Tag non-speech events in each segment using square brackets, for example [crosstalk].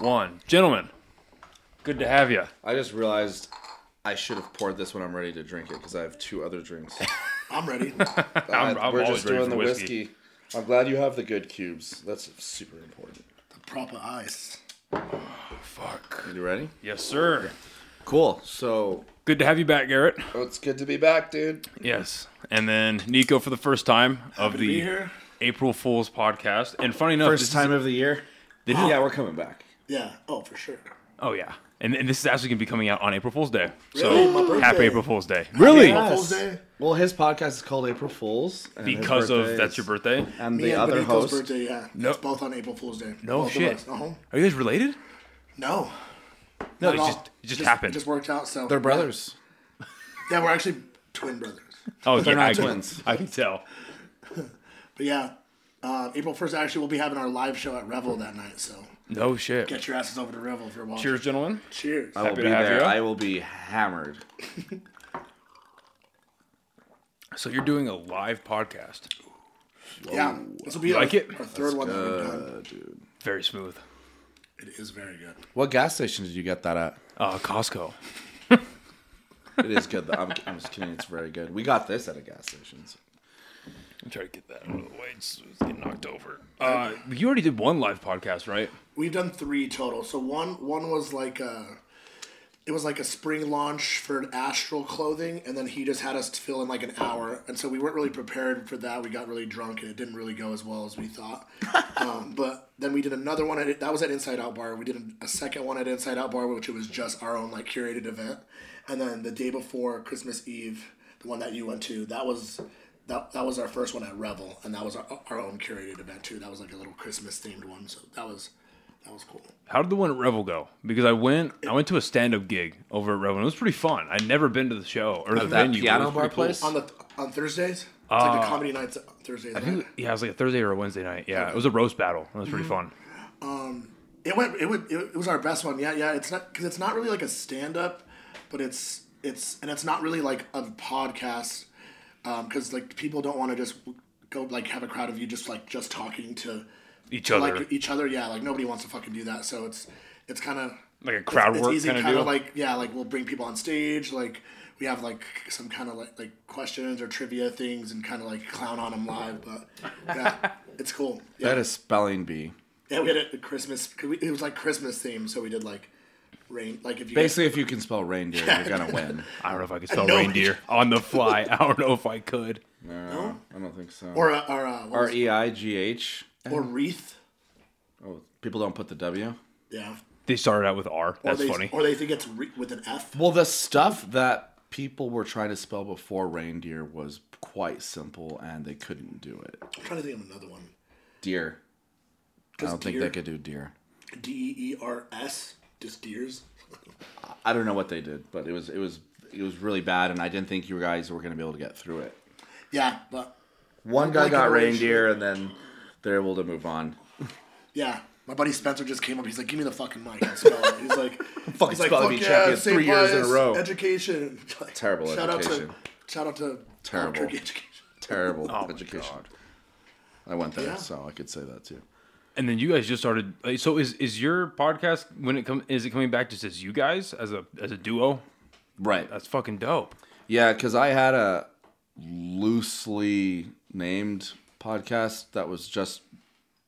on, gentlemen. Good to have you. I just realized I should have poured this when I'm ready to drink it because I have two other drinks. I'm ready. I- [laughs] I'm we're always just ready doing for the whiskey. whiskey. I'm glad you have the good cubes. That's super important. Proper ice. Fuck. You ready? Yes, sir. Cool. So Good to have you back, Garrett. oh, it's good to be back, dude. Yes. And then Nico for the first time of Be the here. April Fool's podcast. And funny enough, this is- of the year. yeah, we're coming back. Yeah. Oh, for sure. oh yeah, and, and this is actually gonna be coming out on April Fool's Day. Really? My So birthday. happy April Fool's Day. Really? April Fool's Day. Well, his podcast is called April Fools and his Because of birthday that's is- your birthday. and Me the and other Benito's host. birthday. Yeah. No. It's both on April Fool's Day. No Both of shit. us. Uh-huh. Are you guys related? No. No, Not it at just all. it just happened. Just worked out. So They're brothers. Yeah, we're actually twin brothers. oh, they're not I can- twins. I can tell. But yeah, uh, April first. Actually, we'll be having our live show at Revel that night. So No shit. get your asses over to Revel if you're watching. Cheers, gentlemen. Cheers. I will Happy be to have there. you. I will be hammered. So you're doing a live podcast. yeah. This will be You our, like it? our third one that we've done. Very smooth. It is very good. What gas station did you get that [laughs] at? Uh, Costco. It is good. Though. I'm, I'm just kidding. It's very good. We got this at a gas station. so- I'm trying to get that out of the way. It's, it's getting knocked over. Uh, you already did one live podcast, right? We've done three total. So one one was like a, it was like a spring launch for an Astral clothing, and then he just had us fill in like an hour, and so we weren't really prepared for that. We got really drunk, and it didn't really go as well as we thought. um, but then we did another one. At, that was at Inside Out Bar. We did a, a second one at Inside Out Bar, which it was just our own like curated event, and then the day before Christmas Eve, the one that you went to, that was. That, that was our first one at Revel, and that was our, our own curated event too. That was like a little Christmas themed one, so that was that was cool. How did the one at Revel go? Because I went, I went to a stand-up gig over at Revel. and It was pretty fun. I'd never been to the show or the that venue. but it piano was bar pretty place? On the on Thursdays, it's like the comedy nights on Thursdays. Right? Yeah, it was like a Thursday or a Wednesday night. Yeah, Mm-hmm. it was a roast battle. It was pretty fun. It went. It would. It was our best one. Yeah, yeah. It's not because it's not really like a stand up, but it's it's and it's not really like a podcast, because like people don't want to just go like have a crowd of you just like just talking to Each to, other, like each other. Yeah, like nobody wants to fucking do that. So it's it's kind of Like a crowd it's, work it's easy kinda kinda deal? like yeah, like we'll bring people on stage. Like we have like some kind of like like questions or trivia things and kind of like clown on them live. But yeah, it's cool. Yeah, That is spelling bee. yeah we had it at Christmas. 'cause we- It was like Christmas theme, so we did like rain. Like if you Basically, if you can spell reindeer, you're [laughs] gonna win. I don't know if I could spell No. reindeer [laughs] on the fly. I don't know if I could. No, I don't think so. or uh, or uh, what R was it? e i g h. or wreath. Oh, people don't put the W. Yeah. They started out with R. Or That's they, funny. Or they think it's re- with an F. Well, the stuff that people were trying to spell before reindeer was quite simple, and they couldn't do it. I'm trying to think of another one. Deer. I don't think deer. they could do deer. D e e r s. Just deers. I don't know what they did, but it was it was it was really bad, and I didn't think you guys were gonna be able to get through it. Yeah, but One guy Like got an orange- reindeer, and then they're able to move on. Yeah, my buddy Spencer just came up. He's like, "Give me the fucking mic." I spell it. He's [laughs] like, Fucking he's like, spelling "Fuck bee yeah, champion save three years in a lives, row." Education. [laughs] Terrible shout education. Out to, shout out to Terrible. Albuquerque education. [laughs] Terrible Oh my education. God. I went there, Yeah. so I could say that too. And then you guys just started. like, So is is your podcast when it come is it coming back just as you guys as a as a duo? Right. That's fucking dope. Yeah, because I had a loosely named podcast that was just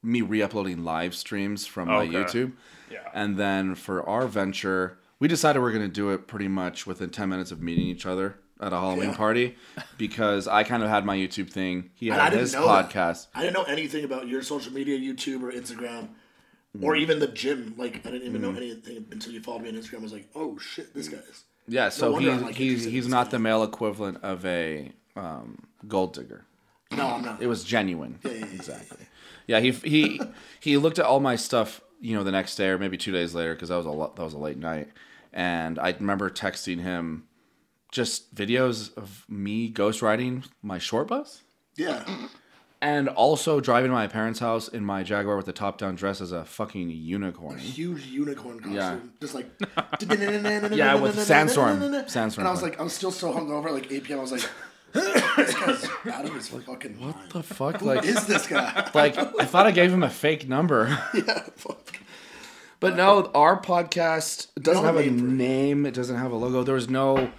me re-uploading live streams from my Okay. YouTube. Yeah. And then for our venture, we decided we're going to do it pretty much within 10 minutes of meeting each other at a Halloween Yeah. party because I kind of had my YouTube thing. He And I had didn't his know that. podcast. I didn't know anything about your social media, YouTube or Instagram, Mm. or even the gym. Like, I didn't even know anything until you followed me on Instagram. I was like, "Oh shit, Mm. this guy's." Yeah, so wonder he's, I'm, like, he's, interested in he's this not the male equivalent of a um, gold digger. No, I'm not. It was genuine. yeah, yeah. exactly. Yeah, he he he looked at all my stuff, you know, the next day or maybe two days later because that was a lo- that was a late night, and I remember texting him just videos of me ghostwriting my short bus yeah, and also driving to my parents' house in my Jaguar with the top down dress as a fucking unicorn. huge unicorn costume, Yeah. just like [laughs] [laughs] Yeah, with sandstorm. Sandstorm. And I was like, I was still so hungover, like 8 p.m. I [laughs] was like, [laughs] this guy's out of his fucking mind. the [laughs] fuck, like is this guy? [laughs] like I thought I gave him a fake number. yeah, fuck. But no, our podcast doesn't No have a name for it. name. It doesn't have a logo. There was no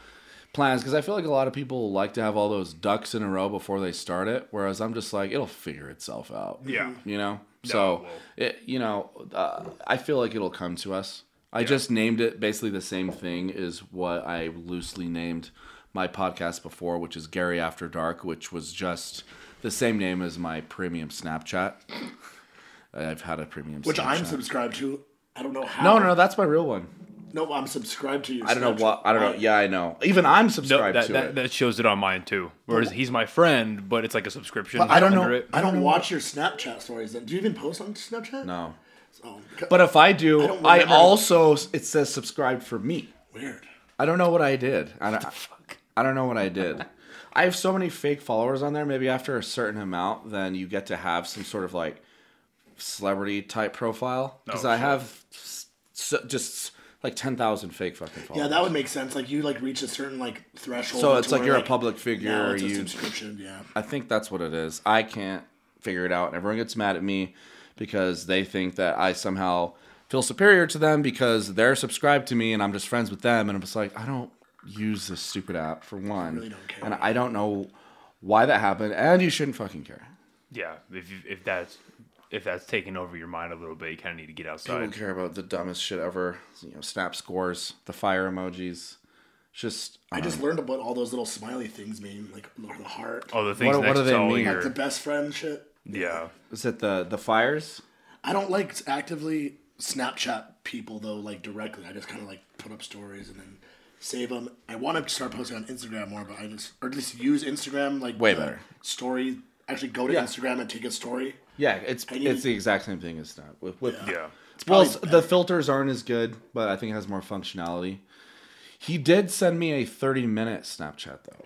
plans because I feel like a lot of people like to have all those ducks in a row before they start it. Whereas I'm just like, it'll figure itself out. Yeah. You know. so, well- it, you know, uh, I feel like it'll come to us. I just named it basically the same thing is what I loosely named my podcast before, which is Gary After Dark, which was just the same name as my premium Snapchat. [laughs] I've had a premium which Snapchat. I'm subscribed to. I don't know how. No, no, no, that's my real one. no. I'm subscribed to you. I don't know what. I don't know. Yeah, I know. Even I'm subscribed that, to that, it. that shows it on mine too. Whereas he's my friend, but it's like a subscription. I don't under know. it. I don't watch your Snapchat stories. Then do you even post on Snapchat? no. Oh, But if I do, don't I, remember. also it says subscribe for me. weird. I don't know what I did. I don't, I don't know what I did. I have so many fake followers on there. Maybe after a certain amount, then you get to have some sort of like celebrity type profile. Because Oh, I sure. have s- s- just like ten thousand fake fucking followers. Yeah, that would make sense. Like you like reach a certain like threshold. so to it's like where, you're a public figure. now it's a you subscription. Yeah. I think that's what it is. I can't figure it out. and Everyone gets mad at me because they think that I somehow feel superior to them because they're subscribed to me and I'm just friends with them. And I'm just like, I don't use this stupid app for one. really don't care. And I don't know why that happened. And you shouldn't fucking care. Yeah, if you, if that's if that's taking over your mind a little bit, you kind of need to get I outside. don't care about the dumbest shit ever. You know, snap scores, the fire emojis. It's just, I just learned about all those little smiley things mean, like the heart, Oh, the things What- what next do they to all mean? your- the best friend shit. yeah. is it the the fires? I don't like actively Snapchat people though, like directly. I just kind of like put up stories and then save them. I want to start posting on Instagram more, but I just or at least use Instagram like Way the better. story. Actually, go to Yeah. Instagram and take a story. Yeah, it's you- it's the exact same thing as Snap with, with Yeah. Well, probably s- the filters aren't as good, but I think it has more functionality. He did send me a 30 minute Snapchat though.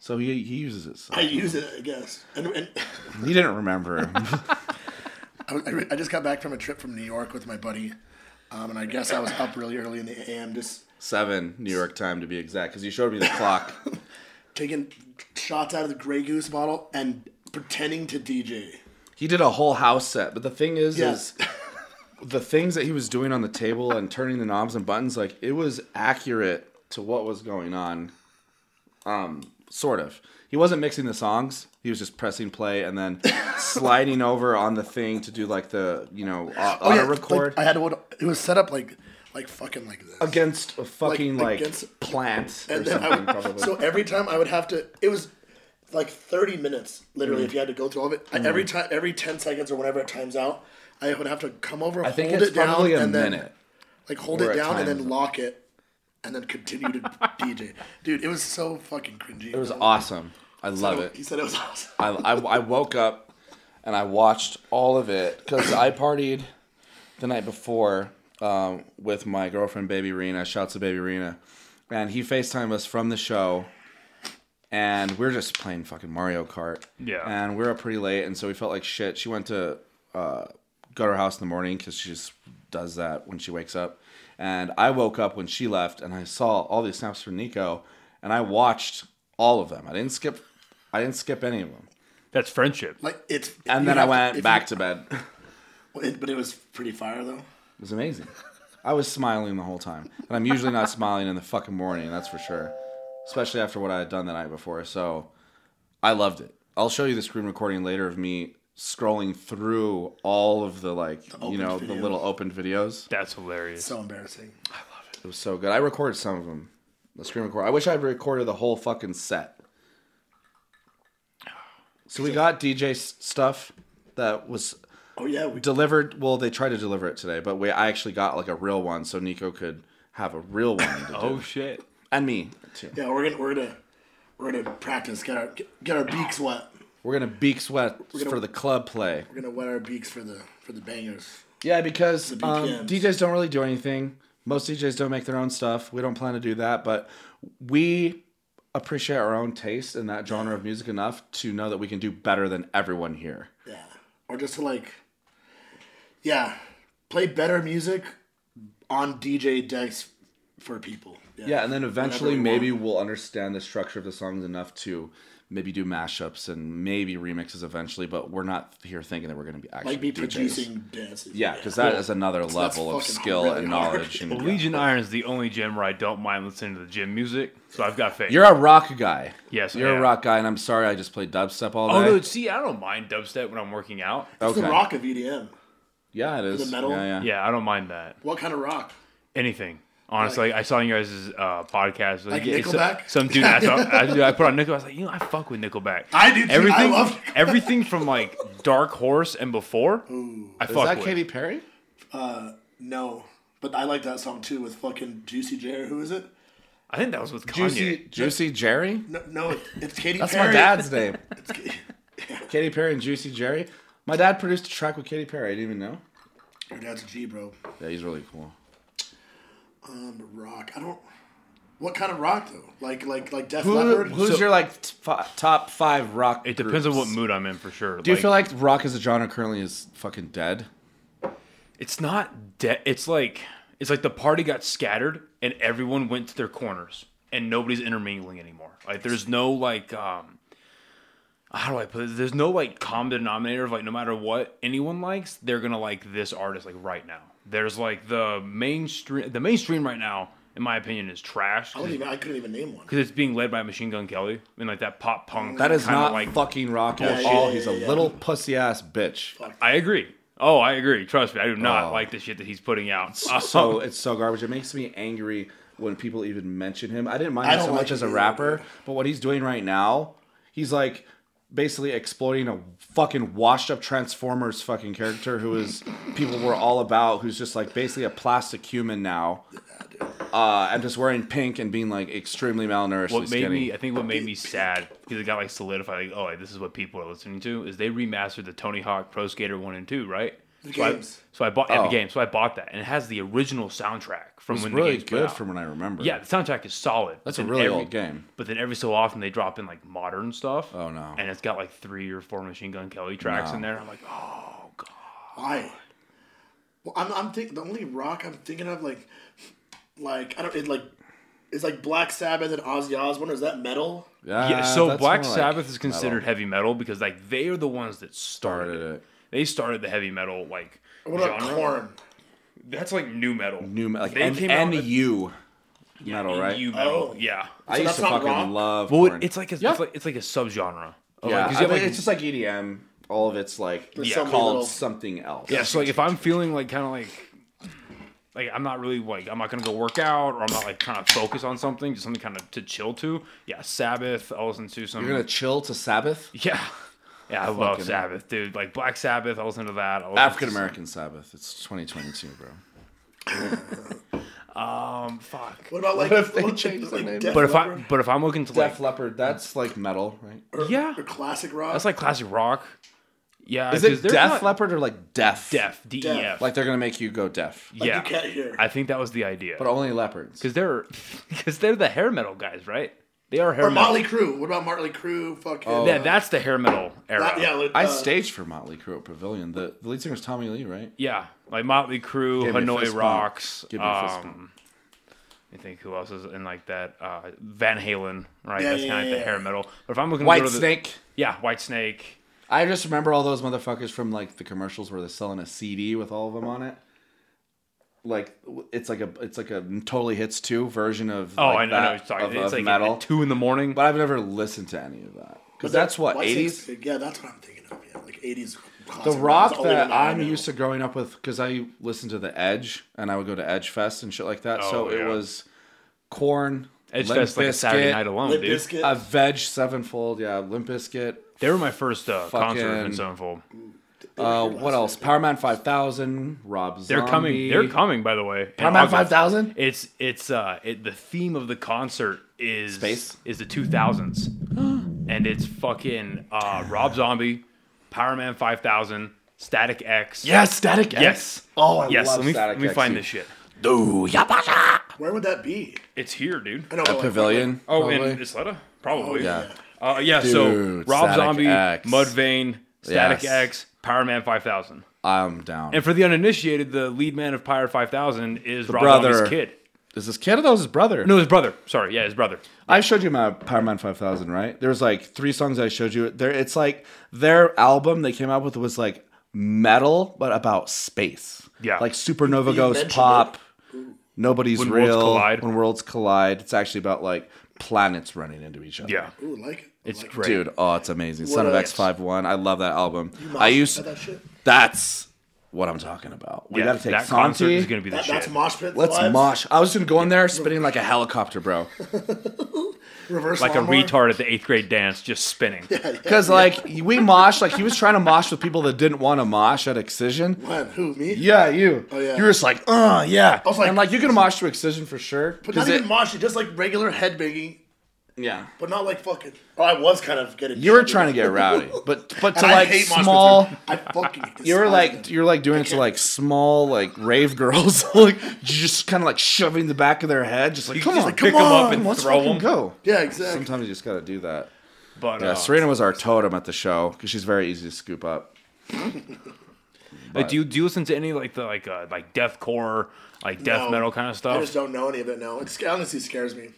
So he, he uses it. So. I use it, I guess. And, and [laughs] He didn't remember. [laughs] I, was- I re- I just got back from a trip from New York with my buddy, um, and I guess I was up really early in the AM, just Seven New York time to be exact, because he showed me the clock. taking shots out of the Grey Goose bottle and pretending to DJ. He did a whole house set, but the thing is, Yes. is the things that he was doing on the table and turning the knobs and buttons, like it was accurate to what was going on. Um, sort of. He wasn't mixing the songs. He was just pressing play and [laughs] then sliding over on the thing to do like the you know au- auto Oh, like, Oh, record I had one. It was set up like, like fucking like this. against a fucking like, against- plant or And then I something. would- probably. [laughs] so every time I would have to, it was like 30 minutes, literally, Mm. if you had to go through all of it. I- Every time, every 10 seconds or whenever it times out, I would have to come over, I think hold it's it down, probably a and then minute. like hold Or it it down and times then it. lock it, and then continue [laughs] to DJ. Dude, it was so fucking cringy. It was awesome. I love it. He said it was awesome. I, I, I woke up and I watched all of it because I partied the night before um, with my girlfriend, Baby Rena. Shouts to Baby Rena. And he FaceTimed us from the show. And we are just playing fucking Mario Kart. Yeah. And we were up pretty late. And so we felt like shit. She went to uh, go to her house in the morning because she just does that when she wakes up. And I woke up when she left and I saw all these snaps from Nico. And I watched all of them. I didn't skip. I didn't skip any of them That's friendship. Like it's. and you then I have to- went if you- back to bed. It it- but it was pretty fire though. was amazing. I was smiling the whole time, and I'm usually not smiling in the fucking morning. That's for sure, especially after what I had done the night before. So, I loved it. I'll show you the screen recording later of me scrolling through all of the like you opened know the videos. little opened videos. That's hilarious. So embarrassing. It was so good. I recorded some of them. The screen record. I wish I'd recorded the whole fucking set. So we got DJ s- stuff that was Oh yeah, we delivered well they tried to deliver it today but we i actually got like a real one so nico could have a real one to do. oh shit. and me too Yeah, we're gonna we're gonna we're gonna practice. Get our get, get our beaks wet. we're gonna beak sweat for the club play We're gonna wet our beaks for the for the bangers. yeah because um, BPMs. djs don't really do anything most djs don't make their own stuff we don't plan to do that but we appreciate our own taste in that genre of music enough to know that we can do better than everyone here Yeah, or just to like, yeah, play better music on DJ decks for people. Yeah, and then eventually Whenever we maybe we'll understand the structure of the songs enough to maybe do mashups and maybe remixes eventually, but we're not here thinking that we're going to be actually like me DJs. producing dances. Yeah, because that is. that is another that's level of fucking skill really and hard. knowledge. and- Well, Legion Iron is the only gym where I don't mind listening to the gym music, so I've got faith. You're a rock guy. Yes, I you're a am. rock guy, and I'm sorry I just played dubstep all day. oh no, see, I don't mind dubstep when I'm working out. It's Okay. the rock of E EDM. yeah, it is. the metal? Yeah, [laughs] yeah. Yeah, I don't mind that. What kind of rock? Anything. Honestly, I saw you guys' uh, podcast. Like yeah, so- Nickelback? Some, dude, [laughs] I, saw, I, dude, I put on Nickelback. I was like, you know, I fuck with Nickelback. I do too. I Everything, love Nickelback. everything from like Dark Horse and before. I Is fuck that with. Katy Perry? No, but I like that song too with fucking Juicy J. or Who is it? I think that was with Kanye. Juicy, Juicy Jerry. No, no it- it's Katy That's Perry. my dad's name. [laughs] It's Ka- Katy Perry and Juicy Jerry. My dad produced a track with Katy Perry. I didn't even know. Your dad's a G, bro. Yeah, he's really cool. Um, rock. I don't. What kind of rock though? Like like like Def Who, Leppard. who's your like t- fi- top five rock? It depends on what groups? mood I'm in for sure. Do you feel like rock as a genre currently is fucking dead? it's not de- it's like it's like the party got scattered and everyone went to their corners and nobody's intermingling anymore like there's no like um how do i put this there's no like common denominator of like no matter what anyone likes they're gonna like this artist like right now there's like the mainstream the mainstream right now in my opinion is trash I, don't because even, I couldn't even name one. it's being led by machine gun kelly and like that pop punk That is kinda, not fucking rock at Yeah, yeah, all. yeah, he's a yeah, yeah. little pussy ass bitch. i agree oh i agree trust me i do not Oh. like the shit that he's putting out Oh. so it's so garbage. It makes me angry when people even mention him. I didn't mind I him so don't much like as a him either. rapper, but what he's doing right now, he's like basically exploiting a fucking washed up Transformers fucking character [laughs] who is people were all about, who's just like basically a plastic human now. Uh, and just wearing pink and being like extremely malnourished what and made skinny. me i think what made me sad because it got like solidified like oh like, this is what people are listening to is they remastered the tony hawk pro skater 1 and 2 right The so, I, games. so I bought yeah, Oh. the game so i bought that and it has the original soundtrack from it's when the really game's put good out. from what I remember. yeah the soundtrack is solid That's but a then really old game. but then every so often they drop in like modern stuff Oh, no. and it's got like three or four machine gun kelly tracks in there i'm like oh Why? Well, I'm I'm thinking the only rock I'm thinking of like like I don't it like it's like Black Sabbath and Ozzy Osbourne. Is that metal? yeah Uh, so that's black more like sabbath is metal. considered heavy metal because like they are the ones that started, Started it it. they started the heavy metal like What about genre. Corn? That's like new metal. new me- like They N- came out with- NU metal, right? You metal. Oh. Yeah. I So used that's to not fucking rock? love. Well, corn. it's like a Yeah. it's like it's like a subgenre. Of Like, 'cause Yeah, I you have, mean, like- it's just like EDM. All of it's like There's Yeah. so many called little- something else. yeah. So like if I'm feeling like kind of like like I'm not really like I'm not gonna go work out or I'm not like trying to focus on something, just something kind of to chill to. Yeah, Sabbath. I'll listen to some. You're gonna chill to Sabbath. [laughs] yeah. Yeah, I love Fucking- Sabbath, dude. Like Black Sabbath, I'll listen to that. I'll listen to African American Sabbath. It's 2022, bro. some- Fuck. What about [laughs] like What if they like, changed their like name? Def But if I Leppard but if I'm looking to like Def Leppard. That's like metal, right? or- yeah. or classic rock. that's like classic rock. Yeah. Is it 'cause they're Def not- Leppard or like deaf? Deaf. D E F. Like they're gonna make you go deaf, Like, yeah. you can't hear. I think that was the idea. but only leopards. because they're [laughs] because they're the hair metal guys, right? They are hair or metal. Motley Crue. What about Motley Crue? Fucking yeah, that's the hair metal era. That- yeah, like, Oh. I uh, staged for Motley Crue at Pavilion. The, the lead singer's Tommy Lee, right? Yeah, like Motley Crue, Give me a fist Hanoi bump. Rocks. Give me a fist um, I think who else is in like that? Uh, Van Halen, right? Yeah, that's yeah, kind of like yeah, the hair yeah. metal. But if I'm looking to White go to the, Snake. yeah, White Snake. I just remember all those motherfuckers from like the commercials where they're selling a CD with all of them on it. Like w- it's like a it's like a totally hits two version of Oh, like I know, I know. what you're talking- of, it's of like metal. at two in the morning. but I've never listened to any of that because but that's what White eighties. Snake's- Yeah, that's what I'm thinking of. Yeah, like eighties. The rock that I'm used to growing up with because I listened to the Edge and I would go to Edge Fest and shit like that. so Oh, it yeah. was Corn, Edge Fest like a Saturday night alone, Limp dude. Bizkit. a Veg Sevenfold, yeah, Limp Bizkit, They were my first uh, concert in Fucking- Stonefold. Uh, what else? Power Man 5000, Rob They're Zombie. coming. They're coming. By the way, Power in Man August. 5000? It's it's uh it, the theme of the concert is Space? is the [gasps] 2000s, and it's fucking uh Rob Zombie, Power Man 5000, Static X. Yes, Static X. Yes. Oh, I yes. love let me Static let me X, find dude. this shit. Do yapasha. Where would that be? It's here, dude. I know. A like, pavilion. Oh, probably. in Isleta, Oh, probably. yeah. Uh, yeah. so Dude, Rob Static Zombie, X. Mudvayne, Static Yes. X, Power Man 5000, I'm down. and for the uninitiated, the lead man of Power 5000 is Rob brother. Zombie's kid. Is this kid or that was his brother? No, his brother. Sorry, yeah, his brother. I showed you my Power Man 5000, right? There's like three songs I showed you. There, it's like their album they came out with was like metal, but about space. Yeah. like Supernova You goes mentioned pop. Nobody's When Worlds real. Collide. When worlds collide, it's actually about like planets running into each other. Yeah, Ooh, like it. it's like great. dude, oh, it's amazing. Son of a- X 51 I love that album. mosh I used pit that shit? that's what I'm talking about. We yeah, gotta take that that concert is gonna be the That, shit. that's mosh pit. Let's vibes. mosh. I was gonna go in there spinning like a helicopter, bro. [laughs] Reverse like a lawnmower. retard at the eighth grade dance, just spinning. Because like we mosh, like he was trying to mosh with people that didn't want to mosh at Excision. When? Who? Me? Yeah, you. Oh, yeah. You were just like, uh, yeah. was like- and like you can mosh to Excision for sure. But not 'Cause even it- moshing, just like regular headbanging, yeah. but not like fucking. Oh, I was kind of getting. You were trying to get [laughs] rowdy, but but to And I like hate mosh pits, small. dude. I fucking. [laughs] You were despise like them. you were like doing it to like small like rave girls, [laughs] like just kind of like shoving the back of their head, just like come just, on, like, pick come 'em up on, and let's throw fucking 'em." go. Yeah, exactly. Sometimes you just gotta do that. But Yeah, uh, Serena was our totem at the show because she's very easy to scoop up. like, do you do you listen to any like the like uh, like deathcore, like death No. metal kind of I stuff? just don't know any of it now. It sc- honestly scares me.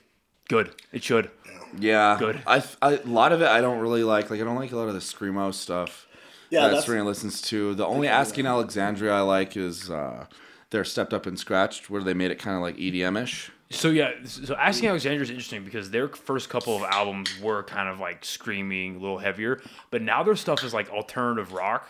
Good, it should. Yeah, Good. I, I a lot of it I don't really like. Like I don't like a lot of the screamo stuff. Yeah, that that's- Serena listens to. The only asking Alexandria I like is uh, their stepped up and scratched, where they made it kind of like E EDM ish. So yeah, so Asking Alexandria is interesting because their first couple of albums were kind of like screaming, a little heavier, but now their stuff is like alternative rock.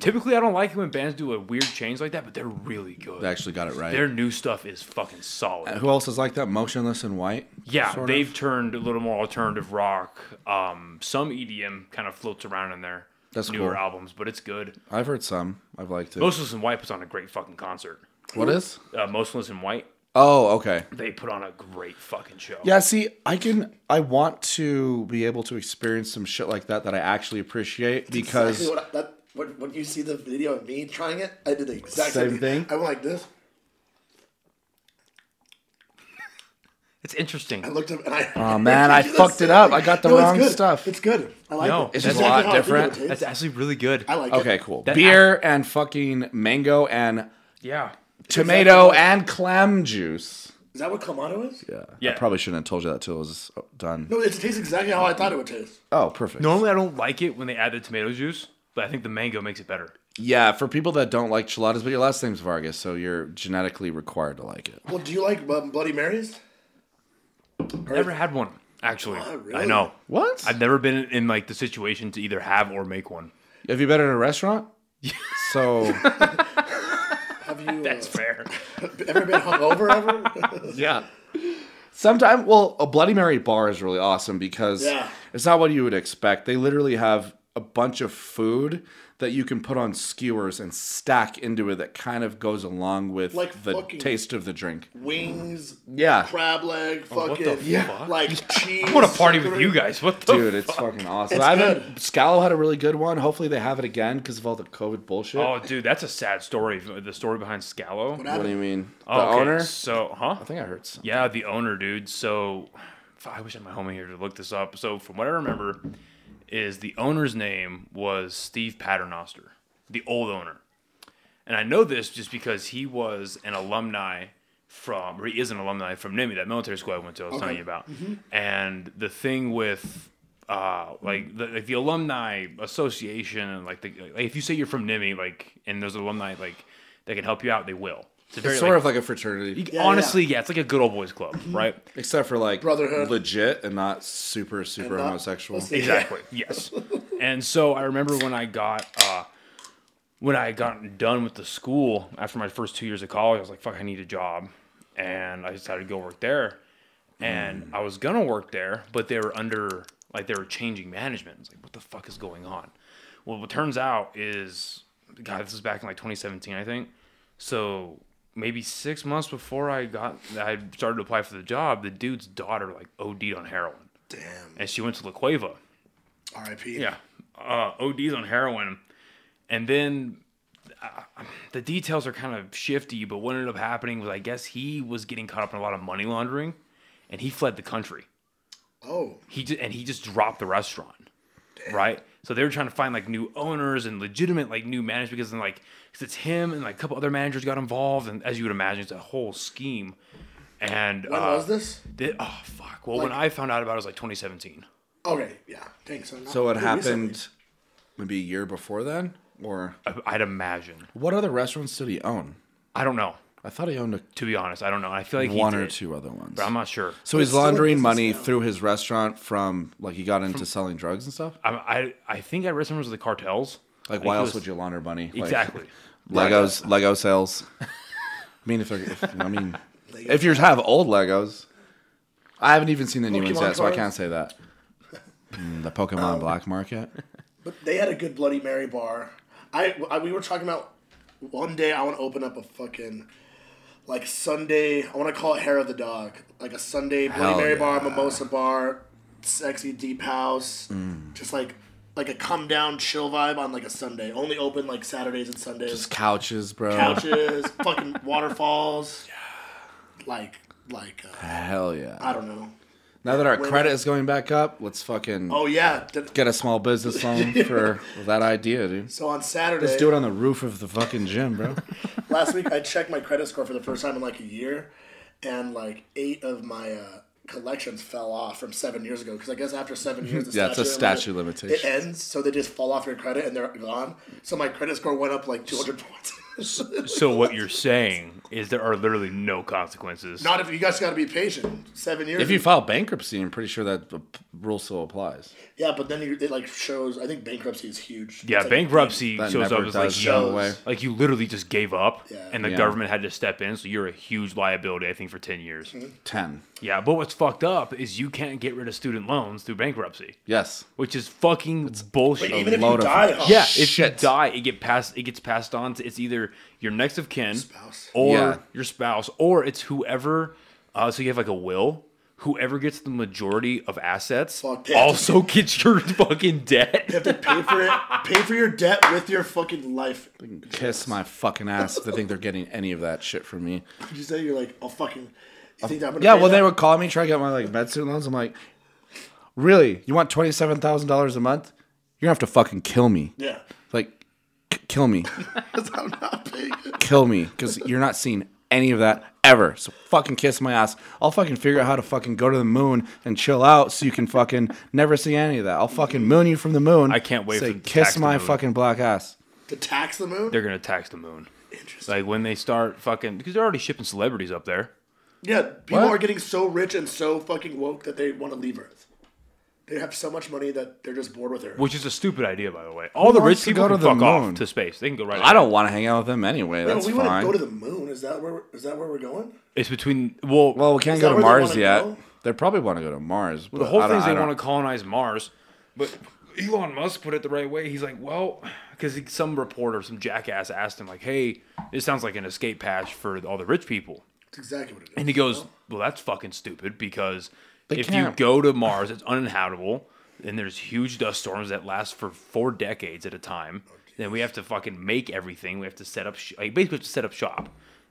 Typically, I don't like it when bands do a weird change like that, but they're really good. They actually got it right. Uh, their new stuff is fucking solid. Who else is like that? Motionless and White. Yeah, sort they've of? turned a little more alternative rock. Um, some EDM kind of floats around in there. That's newer cool. albums, but it's good. I've heard some. I've liked it. Mostless and White puts on a great fucking concert. what is? Uh, Mostless and White, Oh, okay. they put on a great fucking show. Yeah, see, I can. I want to be able to experience some shit like that that I actually appreciate because Exactly what I- that, when, when you see the video of me trying it, I did the exact Same thing? I went like this. It's interesting. I looked up and I. [laughs] Oh, man, I That's fucked it up. I got the it's wrong good. stuff. It's good. I like No, it. it's just a Exactly lot how I think it different. tastes. That's actually really good. I like Okay, it. cool. That- Beer and fucking mango and yeah. tomato and clam juice. Is that what Kamado is? Yeah. I Yeah. probably shouldn't have told you that till it was uh, done. No, it tastes exactly how I thought it would taste. Oh, perfect. Normally, I don't like it when they add the tomato juice, but I think the mango makes it better. Yeah, for people that don't like chiladas, but your last name's Vargas, so you're genetically required to like it. Well, do you like um, Bloody Marys? Never had one, actually. Oh, really? I know. What? I've never been in like the situation to either have or make one. Have you been in a restaurant? So Have [laughs] you That's fair. uh, ever been hungover [laughs] ever? yeah. Sometimes, well, a Bloody Mary bar is really awesome because Yeah. it's not what you would expect. They literally have a bunch of food that you can put on skewers and stack into it that kind of goes along with Like the fucking- taste of the [laughs] drink. Wings, Yeah. crab leg, fucking Oh, what the fuck? like cheese. [laughs] I want to party with you guys. What the Dude, it's fucking awesome. It's I haven't. good. Scalo had a really good one. Hopefully, they have it again because of all the COVID bullshit. Oh, dude, that's a sad story. The story behind Scallo. What what do happened? you mean? The Oh, okay, owner? I So, huh? think I heard some. Yeah, the owner, dude. So, f- I wish I had my homie here to look this up. So, from what I remember, is the owner's name was Steve Paternoster, the old owner. And I know this just because he was an alumni from, or he is an alumni from NIMI, that military school I went to, I was telling you about. Mm-hmm. And the thing with, uh, like the like the alumni association, and like the like, if you say you're from NIMI, like and there's alumni like that can help you out, they will. It's, a very, It's sort like, of like a fraternity, you- honestly, yeah. Mm-hmm. it's like a good old boys club, right? except for like Brotherhood. legit and not super, super not- homosexual. Let's see. Exactly. Yes. [laughs] And so I remember when I got uh, when I got done with the school after my first two years of college, I was like, "Fuck, I need a job," and I decided to go work there. And I was gonna work there, but they were under like they were changing management. It's like, what the fuck is going on? Well, what turns out is, God, this is back in like 2017, I think. So maybe six months before I got, I started to apply for the job. The dude's daughter like OD'd on heroin, Damn. and she went to La Cueva. R.I.P. Yeah. Uh, ODs on heroin. And then uh, the details are kind of shifty, but what ended up happening was I guess he was getting caught up in a lot of money laundering and he fled the country. Oh, He ju- and he just dropped the restaurant. Right? So they were trying to find like new owners and legitimate like new managers because then like 'cause it's him and like a couple other managers got involved and as you would imagine it's a whole scheme. And When uh, was this? thi- oh fuck. Well, when I found out about it, it was like 2017. Okay, yeah. Thanks. So, not- So it pretty recently. happened maybe a year before then, or I, I'd imagine. what other restaurants did he own? I don't know. I thought he owned a, To be honest, I don't know. I feel like he one or did, two other ones. but I'm not sure. so he's still a laundering business money now. through his restaurant from like he got into selling drugs and stuff. I I, I think I read something was the cartels. Like why he else was- would you launder money? Like, Exactly. Legos, Lego [laughs] sales. I mean, if, they're, if I mean, Lego. if you have old Legos, I haven't even seen the new ones Pokemon yet, so I cards. Oh. can't say that. Mm, the Pokemon black [laughs] market. But they had a good Bloody Mary bar. I, I- we were talking about one day I want to open up a fucking like Sunday. I want to call it Hair of the Dog, like a Sunday Bloody Hell Mary bar, yeah. mimosa bar, sexy deep house, Mm. just like like a come down chill vibe on like a Sunday. Only open like Saturdays and Sundays. Just couches, bro. [laughs] Couches, fucking waterfalls, like like uh, Hell yeah. I don't know. Now that our When- credit is going back up, let's fucking Oh yeah. th- get a small business [laughs] loan for that idea, dude. So on Saturday, Let's do it on the roof of the fucking [laughs] gym, bro. last week I checked my credit score for the first time in like a year, and like eight of my uh, collections fell off from seven years ago. Because I guess after seven years, the [laughs] Yeah, it's a statute limit- limitation. It ends, so they just fall off your credit and they're gone. So my credit score went up like 200 points. [laughs] So what you're saying is there are literally no consequences. Not if you guys got to be patient. Seven years. If you file bankruptcy, I'm pretty sure that the p- rule still applies. yeah, but then you, it like shows. I think bankruptcy is huge. yeah, It's, like, bankruptcy That shows up never as like does you, go shows. away. like you literally just gave up, Yeah. and the Yeah. government had to step in. So you're a huge liability, I think, for ten years. Mm-hmm. Ten. Yeah, but what's fucked up is you can't get rid of student loans through bankruptcy, Yes. which is fucking bullshit. But even if you load of- die, huh? yeah, if you shit. die, it get passed. It gets passed on to it's either your next of kin, Spouse. or Yeah. your spouse, or it's whoever. Uh, so you have like a will. Whoever gets the majority of assets Fuck yeah. also [laughs] gets your fucking debt. You have to pay for it. Pay for your debt with your fucking life. Did Kiss my fucking ass if they think they're getting any of that shit from me. you say you're like, oh fucking. You think that I'm gonna Yeah, pay well, they that? would call me, try to get my like med student loans. I'm like, really? You want twenty seven thousand dollars a month? You're gonna have to fucking kill me. Yeah. Like, k- kill me, Because I'm not paying it. kill me, because you're not seeing any of that ever. So fucking kiss my ass. I'll fucking figure out how to fucking go to the moon and chill out, so you can fucking never see any of that. I'll fucking moon you from the moon. I can't wait Say, for them to tax kiss the my moon. fucking black ass. To tax the moon? They're gonna tax the moon. Interesting. Like when they start fucking, because they're already shipping celebrities up there. yeah, people What? are getting so rich and so fucking woke that they want to leave Earth. They have so much money that they're just bored with Earth. Which is a stupid idea, by the way. All the rich wants to people go to can the fuck off moon? to space. They can go right. I up. don't want to hang out with them anyway. No, That's we fine. to go to the moon. Is that where is that where we're going? It's between well, well, we can't Is go that to where they Mars wanna yet. go? They probably want to go to Mars. But The whole I thing don't- is I they don't- want to colonize Mars, but Elon Musk put it the right way. He's like, well, because some reporter, some jackass asked him, like, hey, this sounds like an escape patch for all the rich people. That's exactly what it is. And he goes, well, that's fucking stupid because if you can't- go to Mars, it's uninhabitable and there's huge dust storms that last for four decades at a time. then we have to fucking make everything. We have to set up, sh- like, basically, have to set up shop.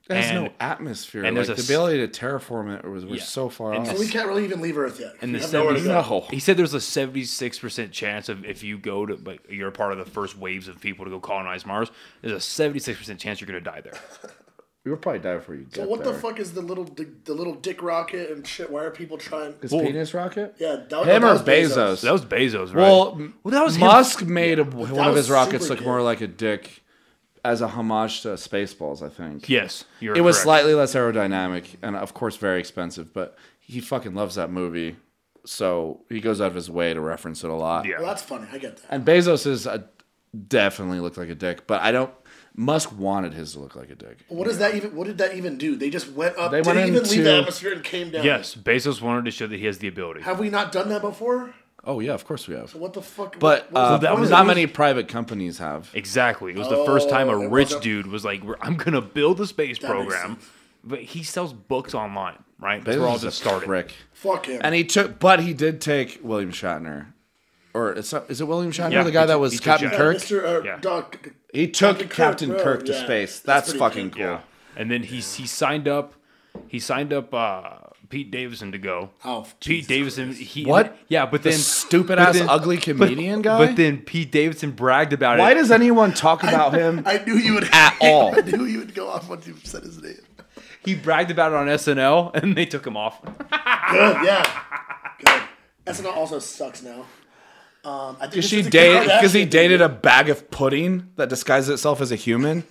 It has and, no atmosphere. and like, there's the a s- ability to terraform it was we're Yeah. so far And off. So we can't really even leave Earth yet. in We the have nowhere to 70s. go. No. He said there's a 76% chance of if you go to, like, you're a part of the first waves of people to go colonize Mars, there's a 76% chance you're going to die there. We would probably die before you get But what there. the fuck is the little the, the little dick rocket and shit? Why are people trying? His Well- penis rocket? Yeah, that, no, Him that or was Bezos? So that was Bezos, right? well, Well, that was him. Musk made a, one of was his rockets super look gay. more like a dick as a homage to Spaceballs, I think. yes, you're It was correct. slightly less aerodynamic and, of course, very expensive, but he fucking loves that movie. So he goes out of his way to reference it a lot. Yeah. Well, that's funny. I get that. And Bezos is a, definitely looked like a dick, but I don't. Musk wanted his to look like a dick. What does that even? What did that even do? They just went up. They They did went even leave into- the atmosphere and came down. Yes, Bezos wanted to show that he has the ability. Have we not done that before? Oh yeah, of course we have. What the fuck? But what- what uh, was the that was- point not of many private companies have. Exactly. It was the first time a Oh, it rich wasn't- dude was like, "We're- I'm going to build a space makes program. sense. But he sells books online, right? That's Bezos where all is this a started. prick. Fuck him. And he took, but he did take William Shatner, or is, that- is it William Shatner, Yeah, the guy he that took- was he took Captain Shatner. Kirk? Mr. Uh, Yeah. Doc. He took Captain Kirk, Captain bro, Kirk, to yeah. space. That's That's, pretty fucking cool. cool. Yeah. And then he he signed up he signed up uh, Pete Davidson to go. Oh, Pete Jesus Davidson he What? Yeah, but The then stupid but ass ugly but- comedian guy? But then Pete Davidson bragged about Why it. does anyone talk about him? [laughs] I knew you would At all. I knew you would go off once you said his name. He bragged about it on SNL, [laughs] and they took him off. Good, yeah. Good. SNL also sucks now. Um, I think Because this she is a dated because he Kardashian dated thing. a bag of pudding that disguised itself as a human.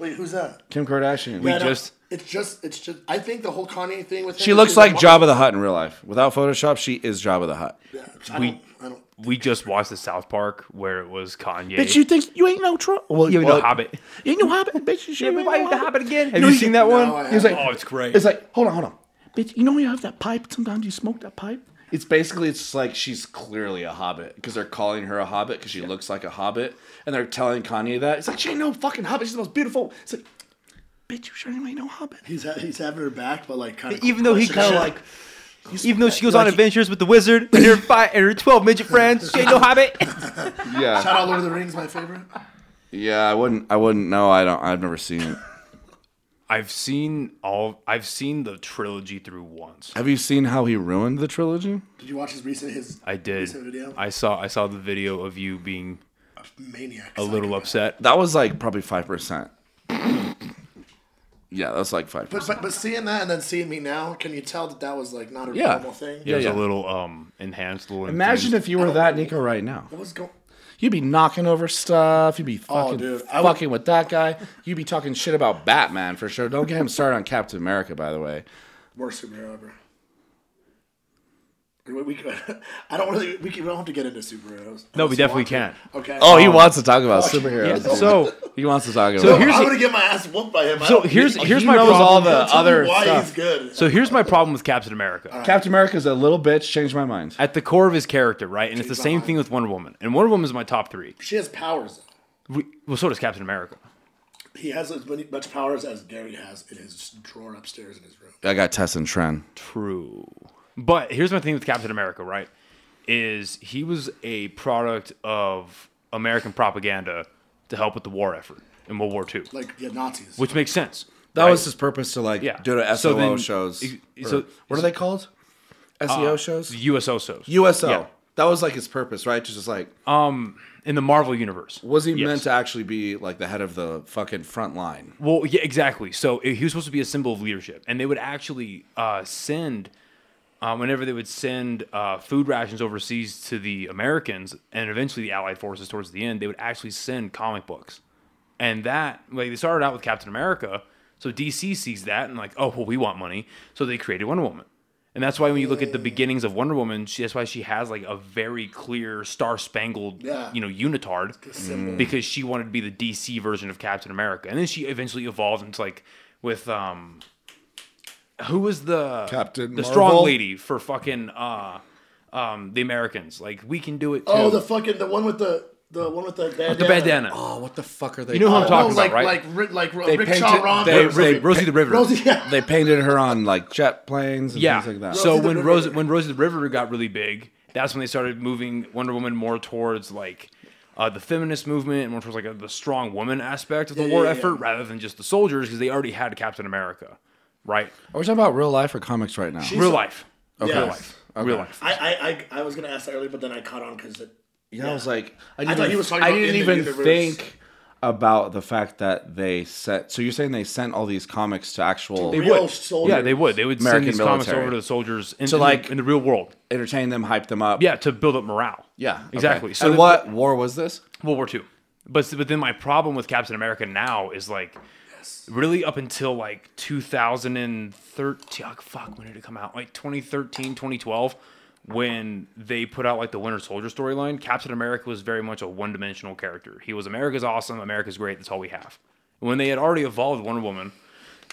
Wait, who's that? Kim Kardashian. I know. just- It's just. It's just. I think the whole Kanye thing with. she looks like Jabba the Hutt in real life. Without Photoshop, she is Jabba the Hutt. We- We. I don't. We just watched the South Park where it was Kanye. Bitch, you think you ain't no Trump? Well, you ain't no Hobbit. You ain't no Hobbit, bitch. [laughs] You ain't no Everybody the Hobbit. Hobbit again. Have No, you seen that no, one? I He was like, Oh, it's great. It's like, hold on, hold on, bitch. You know you have that pipe. Sometimes you smoke that pipe. It's basically it's like she's clearly a hobbit because they're calling her a hobbit because she looks like a hobbit, and they're telling Kanye that it's like she ain't no fucking hobbit. She's the most beautiful. It's like, bitch, you sure ain't no hobbit. He's ha- he's having her back, but like kind of. even though he kind of like, even though she goes on adventures with the wizard and her five and her twelve midget friends, she ain't no hobbit. Yeah, Shout out Lord of the Rings, my favorite. yeah. I wouldn't. I wouldn't know. I don't. I've never seen it. [laughs] I've seen all. I've seen the trilogy through once. Have you seen how he ruined the trilogy? Did you watch his recent his I did. recent video? I saw. I saw the video of you being Maniac. a little upset. That was like probably five percent. Yeah, that's like five. But, but but seeing that and then seeing me now, can you tell that that was like not a Yeah. normal thing? It was yeah. a little um enhanced. Little Imagine infused. if you were that Nico right now. What was going? You'd be knocking over stuff. You'd be fucking, dude, I would- fucking with that guy. You'd be talking shit about Batman for sure. Don't get him started on Captain America, by the way. Worst superhero ever. We, we, [laughs] I don't really. We, can, we don't have to get into superheroes. No, we Unless you definitely want to. can't. Okay. Oh, he wants to talk about superheroes. Yeah, dude. so he wants to talk about. So it. here's I'm the- gonna get my ass whooped by him. I so don't- here's he here's my knows problem. all the Tell me other why stuff. he's good. so here's my problem with Captain America. Captain America's a little bitch. Changed my mind. At the core of his character, right, and it's the same thing with Wonder Woman. And Wonder Woman is my top three. she has powers. We, well, so does Captain America. He has as many, much powers as Gary has in his drawer upstairs in his room. I got Tess and Tren. True. But here's my thing with Captain America, right? Is he was a product of American propaganda to help with the war effort in World War II, Like yeah, Nazis. which makes sense. That right? was his purpose to like Yeah. do the SOO So then- shows. e- Or- Uh, so- what are they called? SEO shows. the USOSOs USO. Yeah. That was like his purpose, right? Just like in the Marvel universe. was he Yes. meant to actually be like the head of the fucking front line? Well, yeah, exactly. So it- he was supposed to be a symbol of leadership, and they would actually uh, send um, whenever they would send uh, food rations overseas to the Americans, and eventually the Allied forces towards the end, they would actually send comic books, and that like they started out with Captain America. So DC sees that and like, oh well, we want money, so they created Wonder Woman. And that's why when you look at the beginnings of Wonder Woman, she, that's why she has like a very clear star spangled, Yeah. you know, unitard symbol. because she wanted to be the DC version of Captain America, and then she eventually evolved into like with um, who was the Captain the Marvel? strong lady for fucking uh, um, the Americans? Like we can do it. Too. oh, the fucking the one with the the one with the bandana. the bandana. Oh, what the fuck are they? You know who I'm No, talking Oh, like, about, like right? Ri- like Ro- They Rick painted- Shaw Ron. they- Rosie- they- Rosie, Rosie the River. Rosie, yeah. They painted her on like jet planes and yeah. things like that. So Rosie the when River. Rosie when Rosie the River got really big, that's when they started moving Wonder Woman more towards like. Uh, the feminist movement and more towards like a, the strong woman aspect of the Yeah, war yeah, yeah. effort rather than just the soldiers because they already had Captain America, right? are we talking about real life or comics right now? Real life, Okay. real life, real life. I, I, I, I was gonna ask that earlier, but then I caught on because yeah, I was like, I thought didn't, he was talking I about didn't in the even universe. think about the fact that they sent. So you're saying they sent all these comics to actual They real soldiers. Yeah, they would. They would American send these comics military. over to the soldiers in, So, in the- like- in the real world. entertain them, hype them up. Yeah, to build up morale. yeah, okay. exactly. So and the- what war was this? World War II. But but then my problem with Captain America now is like, really up until like 2013. oh, fuck, when did it come out? Like 2013, 2012, when they put out like the Winter Soldier storyline. Captain America was very much a one-dimensional character. He was America's awesome, America's great. That's all we have. When they had already evolved Wonder Woman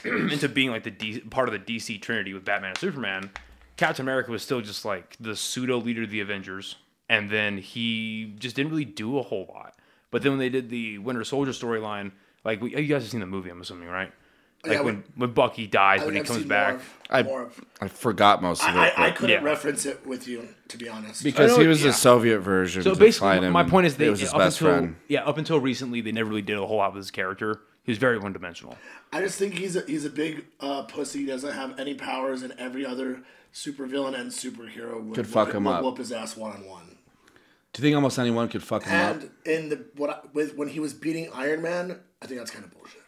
into being like the D- part of the DC Trinity with Batman and Superman, Captain America was still just like the pseudo leader of the Avengers, and then he just didn't really do a whole lot. But then when they did the Winter Soldier storyline, like we, you guys have seen the movie, I'm assuming, right? Like Yeah, when, when Bucky dies, I when think he I've comes seen back. More of, I- more of- I forgot most of it I, I, I but- couldn't Yeah. reference it with you, to be honest. because I know he it- was yeah. the Soviet version. So to basically, fight my him. point is they it was his up best until friend. yeah up until recently they never really did a whole lot with his character. He was very one dimensional. I just think he's a, he's a big uh, pussy. He doesn't have any powers, and every other supervillain and superhero would, Could fuck would- him would up. whoop his ass one on one. Do you think almost anyone could fuck him up? And in the what I, with when he was beating Iron Man, I think that's kind of bullshit.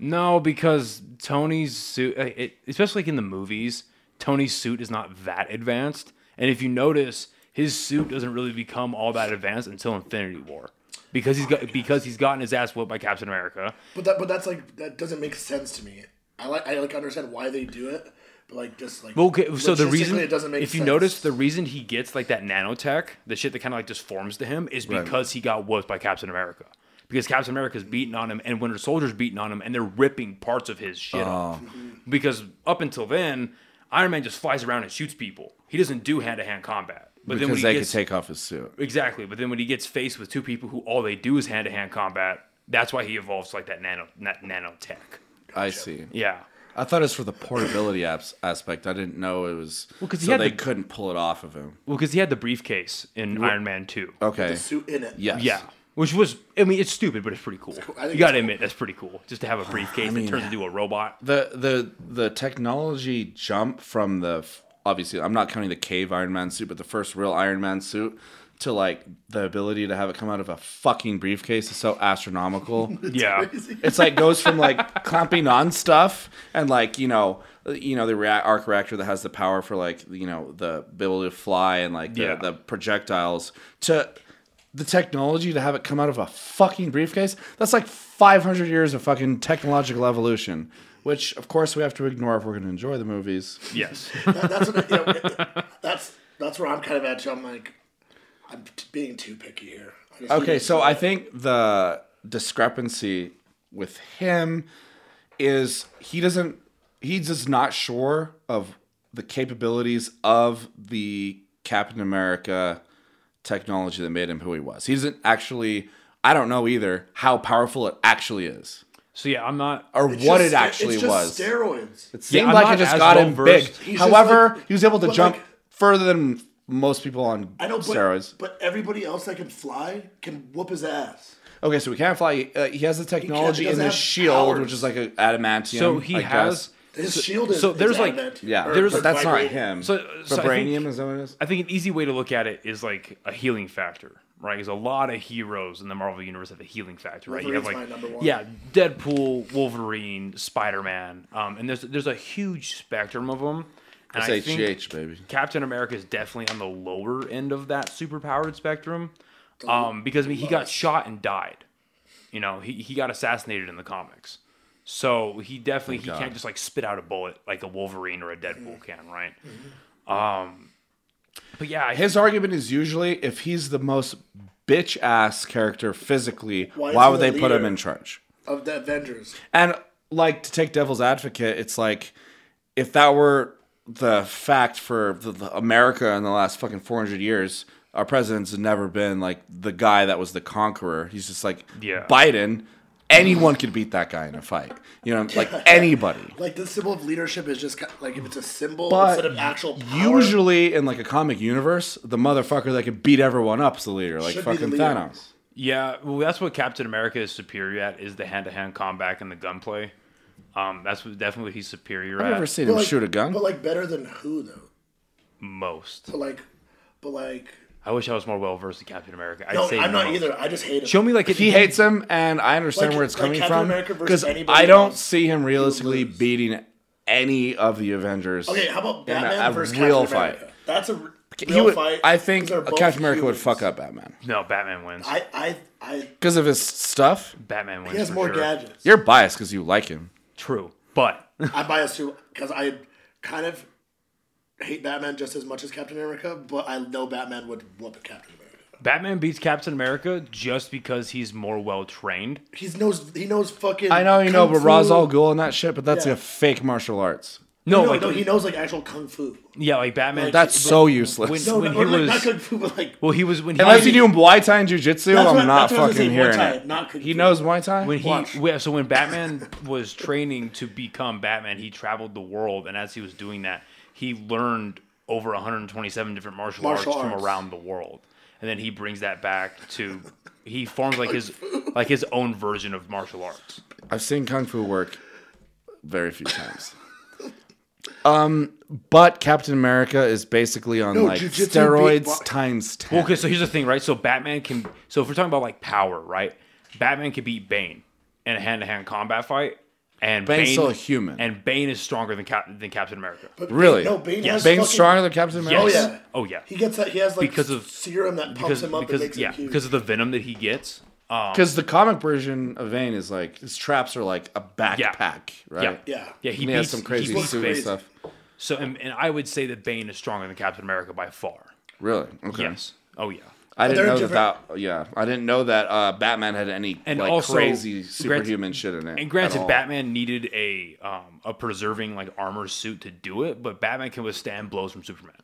No, because Tony's suit, uh, it, especially like in the movies, Tony's suit is not that advanced. And if you notice, his suit doesn't really become all that advanced until Infinity War, because he's got because he's gotten his ass whooped by Captain America. But that, but that's like that doesn't make sense to me. I like, I like understand why they do it, but like just like Well, okay, so the logistically, reason it doesn't make if you sense. notice the reason he gets like that nanotech, the shit that kind of like just forms to him, is because he got whooped by Captain America. Because Captain America's beating on him, and Winter Soldier's beating on him, and they're ripping parts of his Oh. shit off. Because up until then, Iron Man just flies around and shoots people. He doesn't do hand to hand combat. But then when because he they gets, could take off his suit. exactly. But then when he gets faced with two people who all they do is hand to hand combat, that's why he evolves like that nano that nanotech. I see. Yeah. I thought it was for the portability [coughs] apps aspect. I didn't know it was 'cause he so had they the- couldn't pull it off of him. Well, because he had the briefcase in Iron Man Two. Okay. the suit in it. Yes. Yeah. Which was, I mean, it's stupid, but it's pretty cool. I think You gotta it's cool. admit, that's pretty cool. Just to have [sighs] a briefcase that turns into a [laughs] robot. The the the technology jump from the f- obviously I'm not counting the cave Iron Man suit, but the first real Iron Man suit to like the ability to have it come out of a fucking briefcase is so [laughs] astronomical. Yeah. It's like goes from like clamping on stuff and like you know you know the rea- arc reactor that has the power for like you know the ability to fly and like the, Yeah. the projectiles to the technology to have it come out of a fucking briefcase. That's like 500 years of fucking technological evolution, which of course we have to ignore if we're going to enjoy the movies. Yes. [laughs] That- that's what I, you know, it- it- that's that's where I'm kind of at. too. I'm like, I'm t- being too picky here. I just Okay, need to- so I think the discrepancy with him is he doesn't he's just not sure of the capabilities of the Captain America technology that made him who he was. He doesn't actually I don't know either how powerful it actually is So, yeah, I'm not. or It's Uh, what just it sta- actually it's just was. It Steroids. Yeah, seemed I'm like not it just as got him big. well-versed. He's just However, like- he was able to but jump like- further than most people on I know, but, steroids. but everybody else that can fly can whoop his ass. Okay, so we can't fly. Uh, he has the technology in doesn't his have shield, powers. which is like a adamantium. So he I has. guess. His shield is so there's is like- adamant, Yeah, or- there's, or but that's not vibranium. him. So- so I Vibranium think- is that what it is? I think an easy way to look at it is like a healing factor, right? Because a lot of heroes in the Marvel universe have a healing factor, right? you have Wolverine's like my number one. yeah, Deadpool, Wolverine, Spider Man, um, and there's there's a huge spectrum of them. And I think SHH, baby. Captain America is definitely on the lower end of that superpowered spectrum, um, because I mean he got shot and died. You know, he he got assassinated in the comics. So he definitely he can't just like spit out a bullet like a Wolverine or a Deadpool Mm-hmm. can, right? Um, but yeah, I- His argument is usually if he's the most bitch ass character physically, why, Why is he would the they put him leader? in charge? of the Avengers. And like to take devil's advocate, it's like if that were the fact for the, the America in the last fucking 400 years, our president's never been like the guy that was the conqueror. He's just like Yeah. Biden. Anyone could beat that guy in a fight. You know, [laughs] like anybody. Like the symbol of leadership is just ki- like if it's a symbol But instead of actual power. Usually in like a comic universe, the motherfucker that could beat everyone up is the leader, like Should be the fucking leader. Thanos. Yeah, well, that's what Captain America is superior at is the hand to hand combat and the gunplay. Um, that's what definitely what he's superior I've at never seen But him like- shoot a gun. but like better than who though? most. But like, but like, I wish I was more well versed in Captain America. I'd no, say I'm not most. either. I just hate him. Show me like He hates him, and I understand Like- where it's like coming Captain from. America versus Because anybody I don't else, see him realistically lose. beating any of the Avengers. Okay, how about in a- Batman a versus real Captain America? fight. That's a r- He real would- fight. I think They're both Captain America would humans. fuck up Batman no Batman wins. I, I, I. because of his stuff. Batman wins. He has for more sure. gadgets. You're biased because you like him. True, but [laughs] I'm biased too because I kind of hate Batman just as much as Captain America, but I know Batman would whoop Captain America. Batman beats Captain America just because he's more well trained. He's knows he knows fucking. I know you know, kung but fu. Ra's al Ghul and that shit. But that's Yeah. a fake martial arts. No, No, like no, he knows like actual kung fu. yeah, like Batman. That's so useless. when, No, when no, he or, like, was not kung fu, but like well, he was when he was- Unless you do Muay Thai and Jiu Jitsu, That's I'm what- not that's what I was fucking gonna say, Muay hearing Thai, it. not Kung he Fu. knows Muay Thai. when he Watch. yeah, so when Batman [laughs] was training to become Batman, he traveled the world, and as he was doing that, he learned over 127 different martial, Martial arts, arts. from around the world, and then he brings that back to he forms like his like his own version of martial arts. I've seen kung fu work very few times. [laughs] um, but Captain America is basically on like jujitsu steroids beat bo- times ten. Okay, so here's the thing, right? So Batman can so if we're talking about like power, right? Batman can beat Bane in a hand to hand combat fight. And Bane's Bane, still a human. And Bane is stronger than Cap- than Captain America. But Really? Bane, no, Bane Yes. has Bane's fucking- stronger than Captain America. Oh Yes. yeah. Oh, yeah. He gets that. He has like Because of- serum that pumps because him up because and makes yeah him huge. because of the venom that he gets. Um, Because the comic version of Vane is like his traps are like a backpack, right? yeah, Yeah. yeah, he, And he has beats, some crazy he beats suit Bane. and stuff. So and, and I would say that Bane is stronger than Captain America by far. Really? Okay. Yes. Oh yeah. I didn't they're know that, that. Yeah, I didn't know that uh, Batman had any And like also, crazy grant- superhuman shit in it. And at granted, all. Batman needed a um, a preserving like armor suit to do it, but Batman can withstand blows from Superman,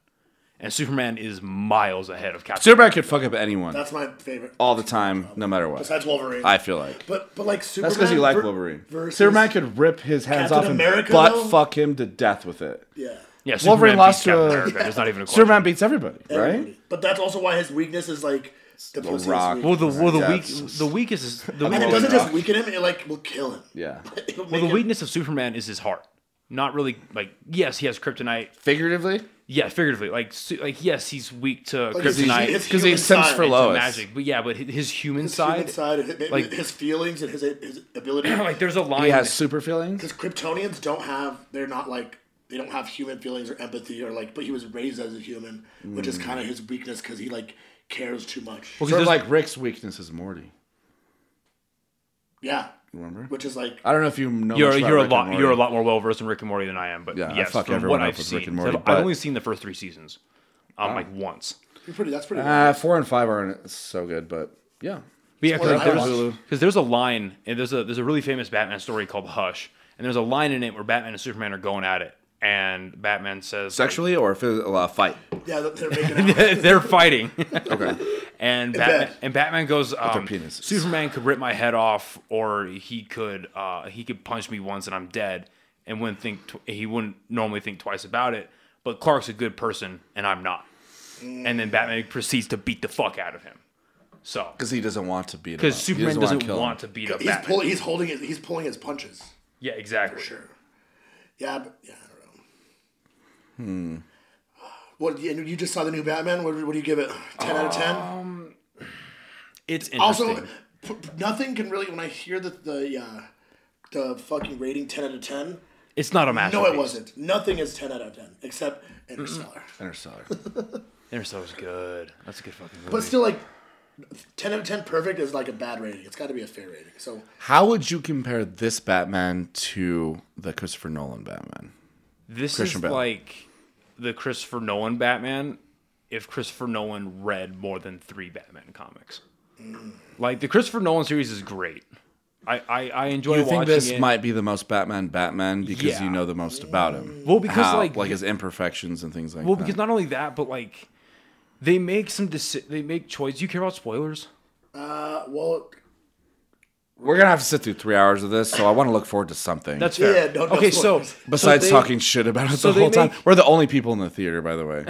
and Superman is miles ahead of Captain. Superman could fuck up anyone That's my favorite. all the time, no matter what. Besides Wolverine. I feel like but but like Superman. that's because you like ver- Wolverine. Versus, Superman could rip his hands Captain off and America, butt though? fuck him to death with it. Yeah. yeah, Wolverine Superman lost beats Captain to- uh, America. There's not even a question. Superman beats everybody, right? But that's also why his weakness is like the, pussiest Rock. Well, weakness. the well the Yeah, weak it's- the weakest is the and it weakest, doesn't just weaken him; it like will kill him. [laughs] Yeah, It'll well make the him- weakness of Superman is his heart. Not really like yes, he has kryptonite. figuratively. Yeah, figuratively, like su- like yes, he's weak to Like, his- kryptonite. his Because he human simps side, for it's a to Lois. magic, but yeah, but hi- his human his side, human side, his, like- his feelings and his his ability. [clears throat] like there's a line. He has super feelings. Because Kryptonians don't have, they're not like, they don't have human feelings or empathy or like, but he was raised as a human, which Mm. is kind of his weakness because he like cares too much. Sort of there's- like Rick's weakness is Morty. yeah. Remember? Uh, Which is like, I don't know if you know. you're much about you're a Rick and lot Morty. you're a lot more well versed in Rick and Morty than I am, but Yeah, I yes, fuck from everyone what up I've with seen, Rick and Morty, I've, I've but- only seen the first three seasons, um, like once. you're pretty, that's pretty. Uh, four and five aren't so good, but yeah. But yeah, Well, I because watched- there's, 'cause there's a line, and there's a there's a really famous Batman story called Hush, and there's a line in it where Batman and Superman are going at it, and Batman says like, Sexually or if it's a fight? yeah, they're [laughs] making [laughs] out. they're fighting. [laughs] Okay. [laughs] And Batman, bed. and Batman goes. Um, penises. Superman could rip my head off, or he could uh, he could punch me once and I'm dead, and wouldn't think tw- he wouldn't normally think twice about it. But Clark's a good person, and I'm not. And then Batman proceeds to beat the fuck out of him. So Because he doesn't want to beat him. up. because He Superman wanna doesn't, kill him. want to beat up he's, Batman. pull, he's holding his, he's pulling his punches. yeah, exactly. Sure. Yeah, but, yeah, I don't know. Hmm. What, and you just saw the new Batman? What, what do you give it? 10 out of 10? Oh, It's interesting. Also, p- p- nothing can really. When I hear the the uh, the fucking rating ten out of ten, it's not a no, masterpiece. it wasn't. Nothing is ten out of ten except Interstellar. Interstellar. Interstellar's good. That's a good fucking movie. But still, like ten out of ten, perfect is like a bad rating. It's got to be a fair rating. So How would you compare this Batman to the Christopher Nolan Batman? This Christian is Bale. like the Christopher Nolan Batman if Christopher Nolan read more than three Batman comics. Mm. Like the Christopher Nolan series is great. I, I, I enjoy You watching think this it. might be the most Batman Batman because Yeah. you know the most about him? Well, because, like- like his imperfections and things like well, that. because not only that, but like they make some deci- they make choice. Do you care about spoilers? uh, well, we're gonna have to sit through three hours of this, so I want to look forward to something. That's fair. Yeah, no- no okay, so spoilers. besides so they- talking shit about it so the they whole time. make- We're the only people in the theater, by the way,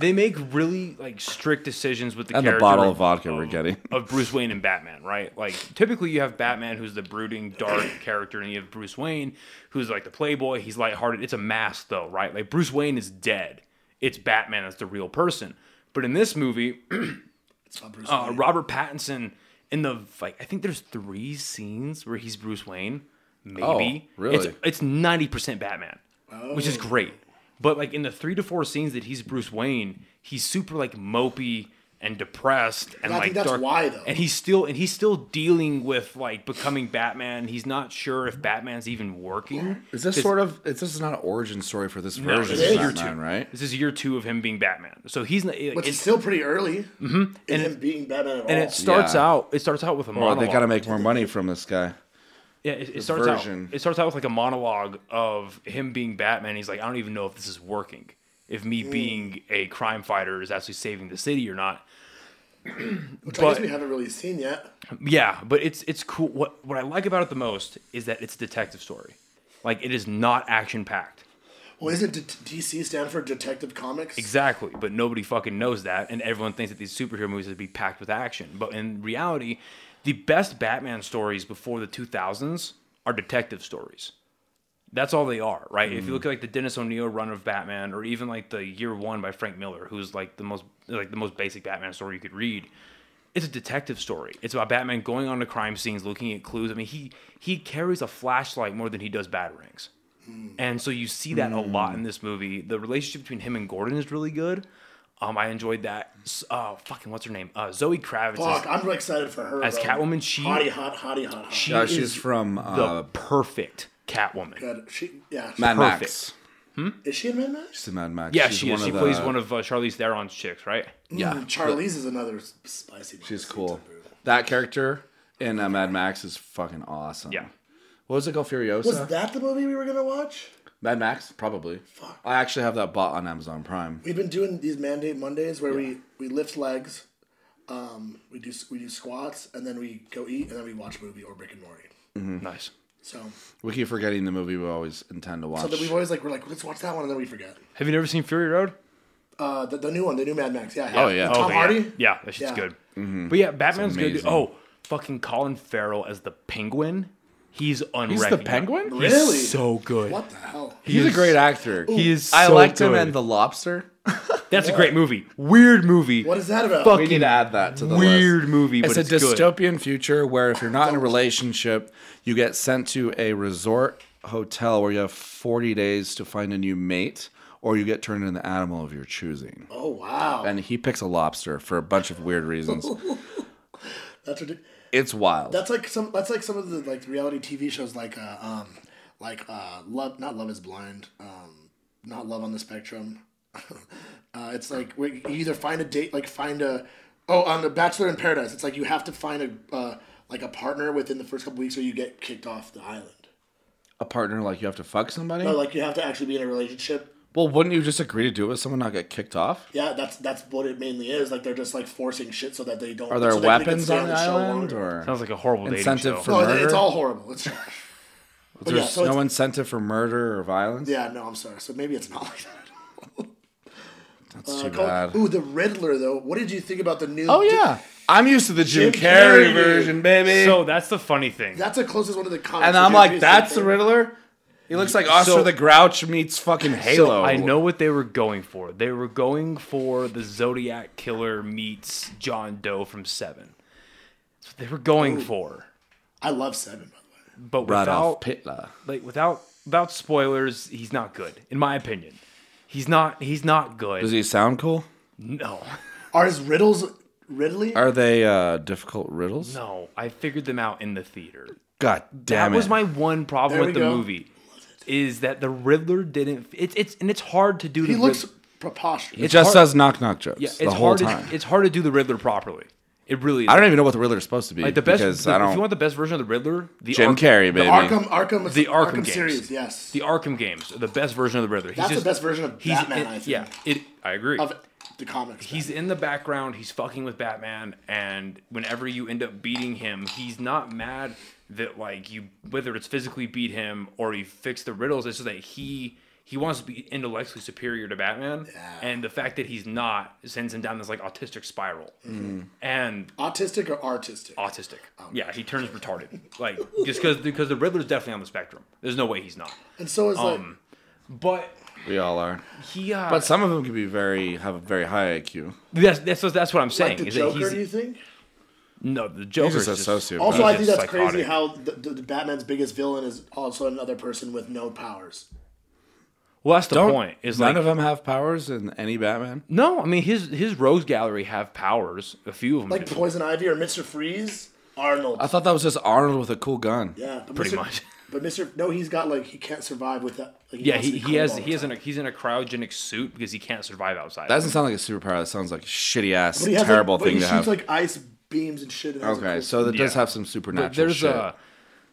they make really like strict decisions with the and the character um, bottle of vodka we're getting. of Bruce Wayne and Batman, right? Like typically you have Batman who's the brooding, [coughs] dark character, and you have Bruce Wayne who's like the playboy. He's lighthearted. It's a mask though, right? Like Bruce Wayne is dead. It's Batman that's the real person. But in this movie, it's not Bruce. uh, Wayne. Robert Pattinson in the like I think there's three scenes where he's Bruce Wayne. Maybe Oh, really? It's- It's ninety percent Batman, which is great. But like in the three to four scenes that he's Bruce Wayne, he's super like mopey and depressed and I think like that's dark. why, though. And he's still and he's still dealing with like becoming Batman. He's not sure if Batman's even working. Is this sort of? Is this not an origin story for this version this of is year Batman, two. right? This is year two of him being Batman, so he's not. which is It's, still pretty early. Mm-hmm. And him being Batman at all. and it starts Yeah. out. It starts out with a Well, monologue. they gotta make more money from this guy. Yeah, it, it starts version. out. It starts out with like a monologue of him being Batman. He's like, I don't even know if this is working. If me being a crime fighter is actually saving the city or not. which I but- guess we haven't really seen yet. Yeah, but it's it's cool. What what I like about it the most is that it's a detective story. Like it is not action packed. Well, isn't D- DC stand for Detective Comics? Exactly, but nobody fucking knows that, and everyone thinks that these superhero movies would be packed with action. But in reality, the best Batman stories before the 2000s are detective stories. That's all they are, right? If you look at like the Dennis O'Neill run of Batman, or even like the Year One by Frank Miller, who's like the most like the most basic Batman story you could read, it's a detective story. It's about Batman going on to crime scenes, looking at clues. I mean, he he carries a flashlight more than he does batarangs, and so you see that a lot in this movie. The relationship between him and Gordon is really good. Um, I enjoyed that. S- Oh, fucking what's her name? Uh, Zoe Kravitz. is- Fuck, I'm really excited for her. As though. Catwoman, she- hottie hot, hottie hot, hot. she Uh, is she's from the uh, perfect Catwoman. Good. She, yeah. Mad perfect. Max. Is she in Mad Max? She's in Mad Max. Yeah, she is. of She the- plays one of uh, Charlize Theron's chicks, right? Yeah, Mm, Charlize is another s- spicy. she's cool. That character in uh, Mad Max is fucking awesome. Yeah. What was it called? Furiosa. Was that the movie we were gonna watch? Mad Max, probably. Fuck. I actually have that bought on Amazon Prime. We've been doing these mandate Mondays where we we lift legs, um, we do we do squats, and then we go eat, and then we watch a movie or Rick and Morty. Nice. So We keep forgetting the movie we always intend to watch. so that we've always like we're like let's watch that one, and then we forget. Have you never seen Fury Road? Uh, the, the new one, the new Mad Max. Yeah. Oh, yeah. Tom okay, Hardy. Yeah, yeah that shit's Yeah. good. But yeah, Batman's good. dude. Mm-hmm. amazing. Oh, fucking Colin Farrell as the Penguin. He's unrecognizable. Penguin? He's Really? so good. What the hell? He's a is- great actor. He is. I so liked him good. in The Lobster. That's a great movie. Weird movie. What is that about? Fuck. We need to add that to the Weird list. movie, but it's, it's a good. dystopian future where if you're not in a relationship, you get sent to a resort hotel where you have 40 days to find a new mate, or you get turned into the animal of your choosing. Oh wow. And he picks a lobster for a bunch of weird [laughs] reasons. That's ridiculous. it's wild. That's like some. That's like some of the like reality TV shows, like uh, um, like uh, love, not Love is Blind, um, not Love on the Spectrum. [laughs] uh, it's like where you either find a date, like find a, oh, on the Bachelor in Paradise, it's like you have to find a uh, like a partner within the first couple weeks, or you get kicked off the island. a partner like you have to fuck somebody? Or like you have to actually be in a relationship. Well, wouldn't you just agree to do it with someone not get kicked off? Yeah, that's that's what it mainly is. Like they're just like forcing shit so that they don't. Are there so that they can weapons stay on the show island longer. or Sounds like a horrible dating incentive show. for No, murder? it's all horrible. It's. [laughs] But There's Oh, yeah, so no it's- incentive for murder or violence. yeah, no, I'm sorry. So maybe it's not like that. That's too Col- bad. uh, Ooh, the Riddler though. What did you think about the new? Oh yeah, I'm used to the Jim, Jim Carrey, Carrey. version, baby. so that's the funny thing. that's the closest one to the comics. and that I'm you're like, used that's to. the Riddler. He looks like Oscar So- the Grouch meets fucking Halo. So I know what they were going for. They were going for the Zodiac killer meets John Doe from Seven. That's what they were going for. I love Seven by the way. But Rudolph without Pitla. like without without spoilers, he's not good in my opinion. He's not he's not good. Does he sound cool? no. Are his riddles Ridley? Are they uh, difficult riddles? No, I figured them out in the theater. God damn that it! was my one problem There with we the go. movie. Is that the Riddler didn't? It's it's and it's hard to do. he the looks Rid- preposterous. It just hard- does knock knock jokes yeah, it's the whole hard. time. To, it's hard to do the Riddler properly. It really. Is. I don't even know what the Riddler's supposed to be. Like the best. because the- I don't. If you want the best version of the Riddler, the Jim Ark- Carrey, baby. Arkham, Arkham, The Arkham games. series, yes. the Arkham games, are the best version of the Riddler. He's That's the just- best version of he's Batman, in- I think. Yeah, it. I agree. of the comics. he's in the background. He's fucking with Batman, and whenever you end up beating him, he's not mad that like you, whether it's physically beat him or you fix the riddles. It's just that he he wants to be intellectually superior to Batman, Yeah. and the fact that he's not sends him down this like autistic spiral, Mm-hmm. and autistic or artistic. autistic. Oh, yeah, he turns retarded. [laughs] Like just because because the Riddler's definitely on the spectrum. There's no way he's not. and so is Um, But we all are. he, uh, But some of them could be very have a very high IQ. that's, that's what- that's what I'm like saying. like the is that Joker. Do you he's, think? no, the Joker's He's just just a sociopath. Also, I think just that's crazy psychotic. how the, the, the Batman's biggest villain is also another person with no powers. Well, that's the Don't- point. Is none like of them have powers in any Batman? no, I mean his his Rose Gallery have powers. A few of them, Like do. Poison Ivy or Mister Freeze, Arnold. I thought that was just Arnold with a cool gun. Yeah, but Pretty Mr. much. [laughs] But Mister, no, he's got like he can't survive with that. Like, yeah. wants He, to be he cool has all the he has time. an he's in a cryogenic suit because he can't survive outside. That doesn't sound like a superpower. That sounds like a shitty ass, But he has, like- terrible but thing he to shoots, have. like ice beams and shit. And has a okay, cool- so that does Yeah. have some supernatural there's shit. a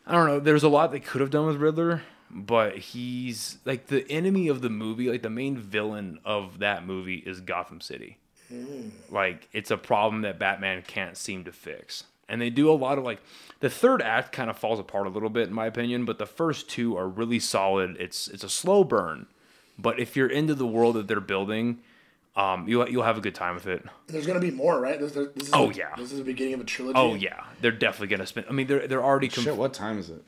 I don't know, there's a lot they could have done with Riddler, but he's like the enemy of the movie, like the main villain of that movie is Gotham City. Like it's a problem that Batman can't seem to fix. And they do a lot of like the third act kind of falls apart a little bit in my opinion, but the first two are really solid. It's it's a slow burn, but if you're into the world that they're building, um, you'll you'll have a good time with it. there's gonna be more, right? This, this is Oh, the, yeah. This is the beginning of a trilogy. Oh yeah, they're definitely gonna spend. I mean, they're they're already com- shit. What time is it?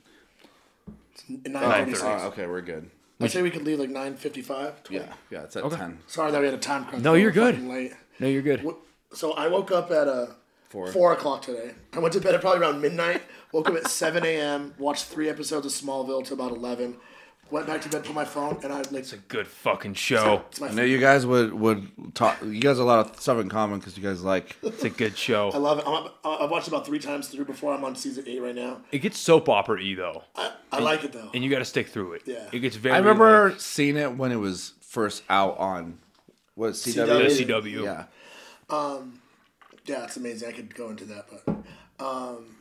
In 9:46. Oh, okay, we're good. I say we could leave like nine fifty-five. Yeah, yeah, it's at ten. Sorry that we had a time crunch. No, We you're were good. fucking Late. No, you're good. Wh- So I woke up at a Four. Four o'clock today. I went to bed at probably around midnight. Woke up at seven a.m. Watched three episodes of Smallville till about eleven. Went back to bed, put my phone, and I like it's Good fucking show. my I know you guys would would talk. You guys have a lot of stuff in common because you guys [laughs] like. It's a good [laughs] I show. love it. I'm up, I- I've watched about three times through before. I'm on season eight right now. It gets soap opera y though, I, I like it though. and you got to stick through it. Yeah. It gets very. I remember like, seeing it when it was first out on. What CW? CW? the CW. Yeah, Yeah, it's amazing. I could go into that, but um,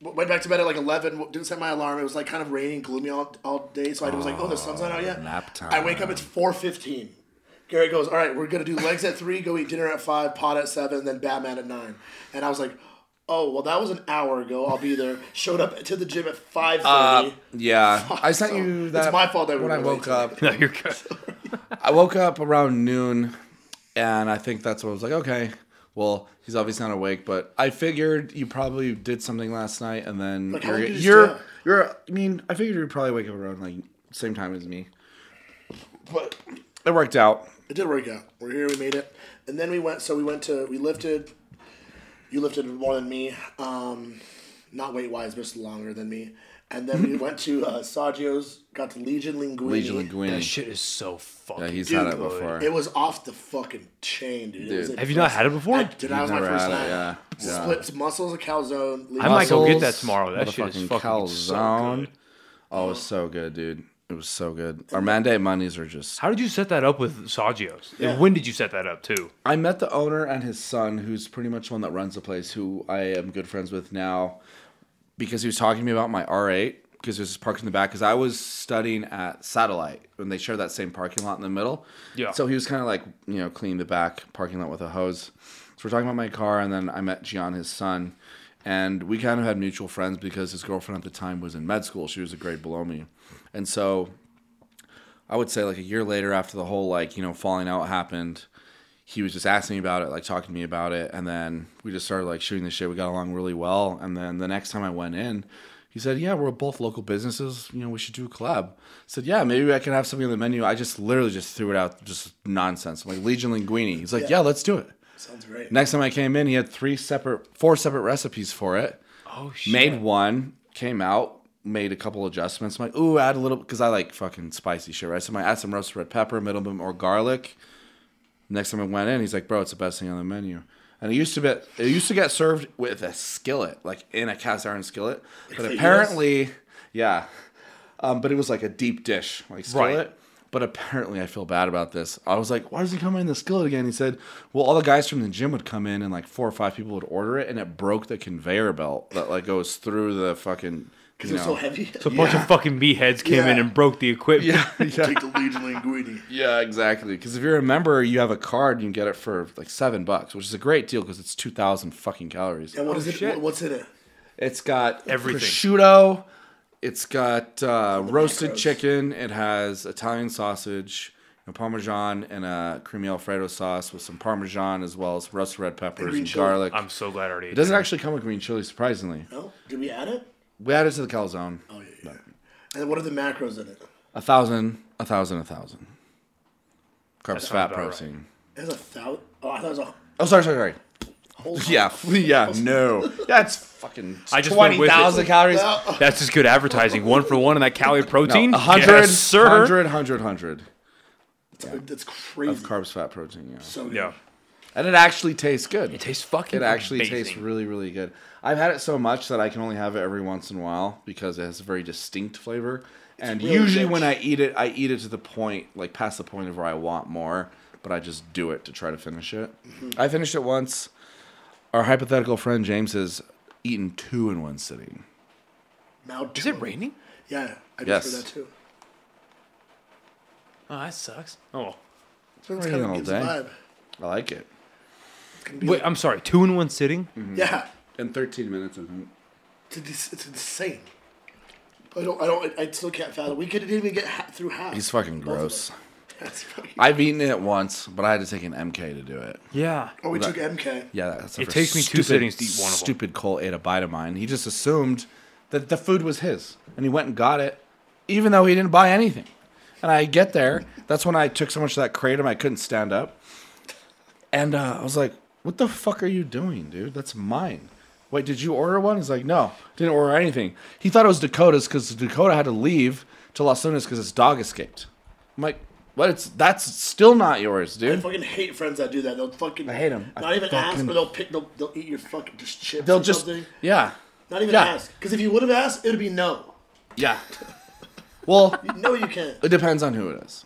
w- went back to bed at like eleven. w- Didn't set my alarm. It was like kind of raining, gloomy all, all day. So I was like, "Oh, the sun's not out yet." nap time. I wake up. It's four fifteen. Gary goes, "All right, we're gonna do legs at three. Go eat dinner at five. Pot at seven. Then Batman at nine. And I was like, "Oh, well, that was an hour ago. I'll be there." Showed up to the gym at five thirty. Uh, yeah. I sent so you it's that. my fault that we when I were woke late. [laughs] up. No, you're [laughs] good. I woke up around noon, and I think that's what I was like. Okay, well, he's obviously not awake, but I figured you probably did something last night, and then Like, how you're long did you you're, stay up? you're- I mean, I figured you'd probably wake up around like same time as me. but It worked out. it did work out. We're here. We made it. And then we went. So we went to. We lifted. You lifted more than me. Um, not weight wise, but just longer than me. And then [laughs] we went to uh, Saggio's. Got the Legion Linguini. Legion Linguini. That shit is so fucking. Yeah, he's Dude, had it before. It was off the fucking chain, dude. It was Dude. the Have you not had it before? I, dude, that was my never first had it, night. yeah. Yeah. Splits, muscles, a calzone. I might go get that Mussels, tomorrow. That shit is motherfucking fucking so calzone. good. oh, it was so good, dude. It was so good. Our Monday Mondays are just. How did you set that up with Saggio's? Yeah. And when did you set that up too? I met the owner and his son, who's pretty much the one that runs the place, who I am good friends with now, because he was talking to me about my R8 because there's this parked in the back because I was studying at Satellite and they share that same parking lot in the middle. Yeah. So he was kind of like you know cleaning the back parking lot with a hose. So we're talking about my car and then I met Gian, his son, and we kind of had mutual friends because his girlfriend at the time was in med school. She was a grade below me, and so I would say like a year later after the whole like you know falling out happened he was just asking me about it, like talking to me about it, and then we just started like shooting the shit. We got along really well, and then the next time I went in, he said, "Yeah, we're both local businesses. You know, we should do a collab." I said, "Yeah, maybe I can have something on the menu." I just literally just threw it out, just nonsense. I'm like Legion Linguini. He's like, "Yeah, let's do it." Sounds great. Next time I came in, he had three separate, four separate recipes for it. Oh shit! Made one, came out, made a couple adjustments. I'm like, ooh, add a little because I like fucking spicy shit, right? So I add some roasted red pepper, a little bit more garlic. Next time I went in, he's like, bro, it's the best thing on the menu. And it used to be, it used to get served with a skillet, like in a cast iron skillet. But the US? apparently, yeah, um, but it was like a deep dish, like skillet. Right. But apparently, I feel bad about this. I was like, "Why does he come in the skillet again?" He said, "Well, all the guys from the gym would come in, and like four or five people would order it, and it broke the conveyor belt that like goes through the fucking." Because you it was know. so heavy. So a bunch of fucking meatheads came in Yeah. and broke the equipment. Yeah, [laughs] yeah, Take the [laughs] Legion Linguini. yeah, exactly. Because if you remember, you have a card, you can get it for like seven bucks, which is a great deal because it's two thousand fucking calories. And what is it? Oh, shit. what- What's in it? It's got Everything. prosciutto. It's got uh, roasted chicken. It has Italian sausage, and parmesan, and a creamy alfredo sauce with some parmesan as well as roasted red peppers green and chili. garlic. I'm so glad I already. it doesn't actually come with green chili, surprisingly. No? Did we add it? We added to the calzone. Oh, yeah, yeah. And then what are the macros in it? A thousand, a thousand, a thousand. Carbs, fat, about protein. It has a thousand. Oh, I thought it was a Oh, sorry, sorry, [laughs] sorry. whole. Yeah, [laughs] yeah, no. That's fucking I just went with it. 20,000 calories. No, That's just good advertising. One for one, and that calorie protein. 100, yes, sir. 100, 100, 100 That's crazy. carbs, fat, protein. Yeah. So Yeah, And it actually tastes good. It tastes fucking. It actually amazing. tastes really, really good. I've had it so much that I can only have it every once in a while because it has a very distinct flavor. and really usually rich. when I eat it, I eat it to the point, like past the point of where I want more, but I just do it to try to finish it. I finished it once. Our hypothetical friend James has eaten two in one sitting. Mount Is it raining? Yeah, I just Yes. heard that too. Oh, that sucks. Oh, It's been raining all day. I like it. wait. I'm sorry. Two in one sitting. um, Yeah, In 13 minutes, I think. it's, ins- it's insane. I don't, I don't, I I still can't fathom. We could didn't even get ha- through half. He's fucking Both of gross. us. [laughs] That's fucking. I've eaten it once, but I had to take an MK to do it. Yeah. oh, we That- took MK. Yeah, that's It takes me two sittings to eat one of 'em. Stupid Cole ate a bite of mine. He just assumed that the food was his, and he went and got it, even though he didn't buy anything. And I get there. That's when I took so much of that kratom I couldn't stand up, and uh, I was like, What the fuck are you doing, dude? That's mine. Wait, did you order one? He's like, no, didn't order anything. He thought it was Dakota's because Dakota had to leave to Las Lunas because his dog escaped. I'm like, what? It's that's still not yours, I dude. fucking hate friends that do that. They'll fucking. I hate 'em. I Not even ask, fucking- but they'll pick. They'll, they'll eat your fucking just chips. They'll or just, something. yeah, Not even yeah. ask, because if you would have asked, it'd be no. yeah. [laughs] Well, No, [laughs] you can't. it depends on who it is.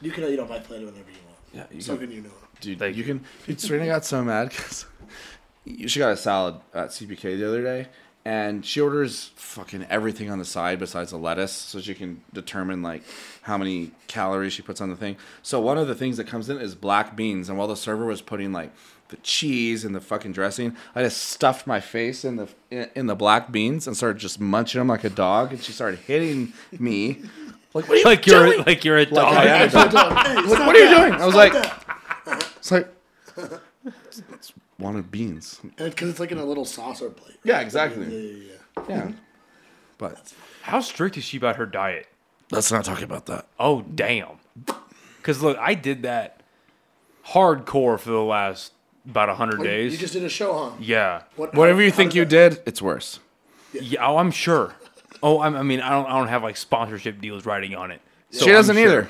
You can eat on my plate whenever you want. Yeah, you So can- can you know? Dude, Thank you can. Dude, Serena got so mad because [laughs] she got a salad at CPK the other day, and she orders fucking everything on the side besides the lettuce, so she can determine like how many calories she puts on the thing. So one of the things that comes in is black beans, and while the server was putting like the cheese and the fucking dressing, I just stuffed my face in the in, in the black beans and started just munching them like a dog, and she started hitting me. Like what are you Like doing? you're like you're a Like dog. I am a dog. Hey, Like, stop what are you that. doing? I was like, it's like, it's wanted beans. And because it's like in a little saucer plate. Yeah, Yeah, exactly. yeah, yeah. Yeah. But How strict is she about her diet? let's not talk about that. Oh damn. Cause look, I did that hardcore for the last about hundred days. You just did a show, huh? yeah. What- Whatever you how think did you that- did, it's worse. Yeah. Oh, I'm sure. Oh, I'm, I mean, I don't, I don't have like sponsorship deals writing on it. So she I'm doesn't sure. either.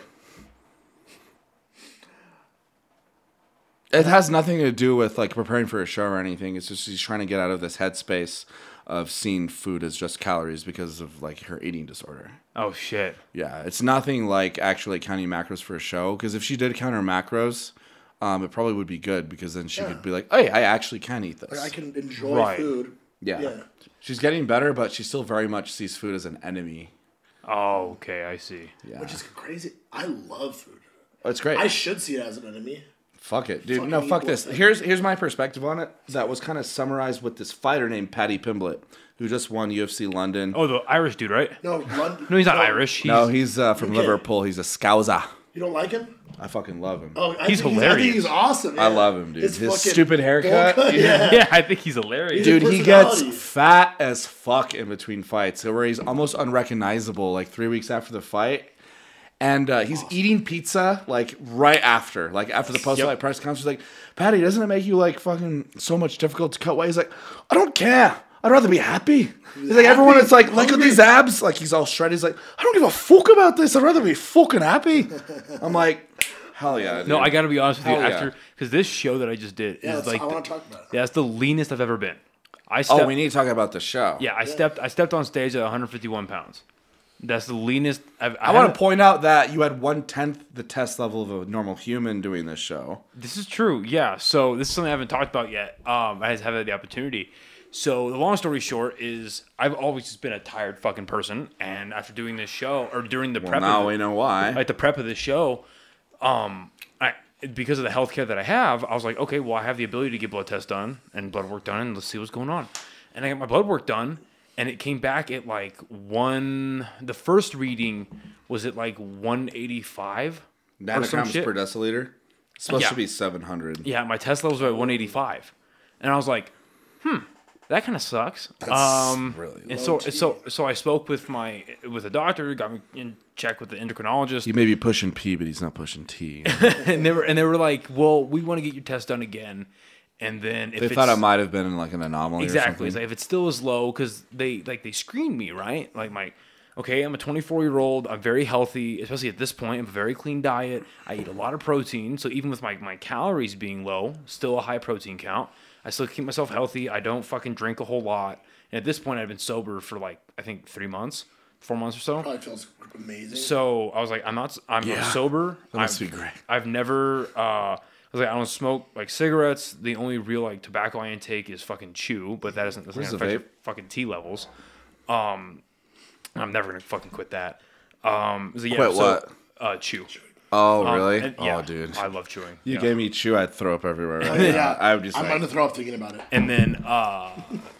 It has nothing to do with like preparing for a show or anything. It's just she's trying to get out of this headspace of seeing food as just calories because of like her eating disorder. Oh shit. Yeah, it's nothing like actually counting macros for a show. Because if she did count her macros, um, it probably would be good because then she could be like, "Hey, I actually can eat this." I can enjoy Right. food. yeah. Yeah. she's getting better, but she still very much sees food as an enemy. Oh, okay. I see. Yeah, Which is crazy. I love food. Oh, it's great. I should see it as an enemy. fuck it, dude. fucking No, fuck eat this. one. Here's here's my perspective on it. That was kind of summarized with this fighter named Patty Pimblett, who just won UFC London. Oh, the Irish dude, right? No, London. [laughs] No, he's not Irish. He's, no, he's uh, from UK. Liverpool. He's a scouser. You don't like him? I fucking love him. Oh, I He's think I think hilarious. he's awesome. I yeah. love him, dude. His, fucking stupid haircut. bowl cut, yeah. [laughs] yeah, I think he's hilarious. Dude, he gets personality. fat as fuck in between fights, where he's almost unrecognizable. Like three weeks after the fight, and uh, he's eating pizza like right after, like after the post fight Yep. press conference. He's like, "Patty, doesn't it make you like fucking so much difficult to cut weight?" He's like, "I don't care. I'd rather be happy." He's like, "Everyone is like, look at these abs." Like he's all shredded. He's like, "I don't give a fuck about this. I'd rather be fucking happy." I'm like, "Hell yeah." No, dude." I got to be honest with you. Hell yeah. After because this show that I just did Yeah, is that's- like I want the- to talk about it. that's the leanest I've ever been. I stepped, Oh, we need to talk about the show. yeah, I stepped I stepped on stage at 151 pounds. That's the leanest I've. I want to point out that you had one tenth the test level of a normal human doing this show. This is true. Yeah. So this is something I haven't talked about yet. Um, I just haven't had the opportunity. So the long story short is I've always just been a tired fucking person, and after doing this show or during the prep, of now the- we know why. like the prep of the show, um, I because of the healthcare that I have, I was like, okay, well, I have the ability to get blood tests done and blood work done, and let's see what's going on. And I got my blood work done, and it came back at like one. The first reading was at like one eighty five. Nanograms per deciliter. It's supposed Yeah. to be 700. Yeah, my test levels were at 185, and I was like, hmm, that kind of sucks. um, really And so, so, so I spoke with my with a doctor, got me in check with the endocrinologist, He may be pushing P, but he's not pushing [laughs] T. [laughs] and they were and they were like, "Well, we want to get your test done again." And then if they it's, thought it might have been like an anomaly exactly or it's something. like, if it still is low because they like they screened me right, like my okay, I'm a 24 year old, I'm very healthy, especially at this point, I'm a very clean diet, I eat a lot of protein, so even with my my calories being low, still a high protein count, I still keep myself healthy, I don't fucking drink a whole lot, and at this point, I've been sober for like I think three months, four months or so. Probably feels amazing. So I was like, I'm not. I'm, I'm Yeah. sober. That must I've- be great. I've never. Uh, I was like, I don't smoke like cigarettes. The only real like tobacco I intake is fucking chew, but that isn't. That's not Where's gonna the affect your fucking T levels. Um, I'm never gonna fucking quit that. Um, so yeah, Quit so, what? Uh, chew. Oh, Um, really? and- yeah, oh, dude. I love chewing. you yeah. gave me chew, I'd throw up everywhere. [laughs] Right yeah, now. I would just I'm like, gonna throw up thinking about it. And then uh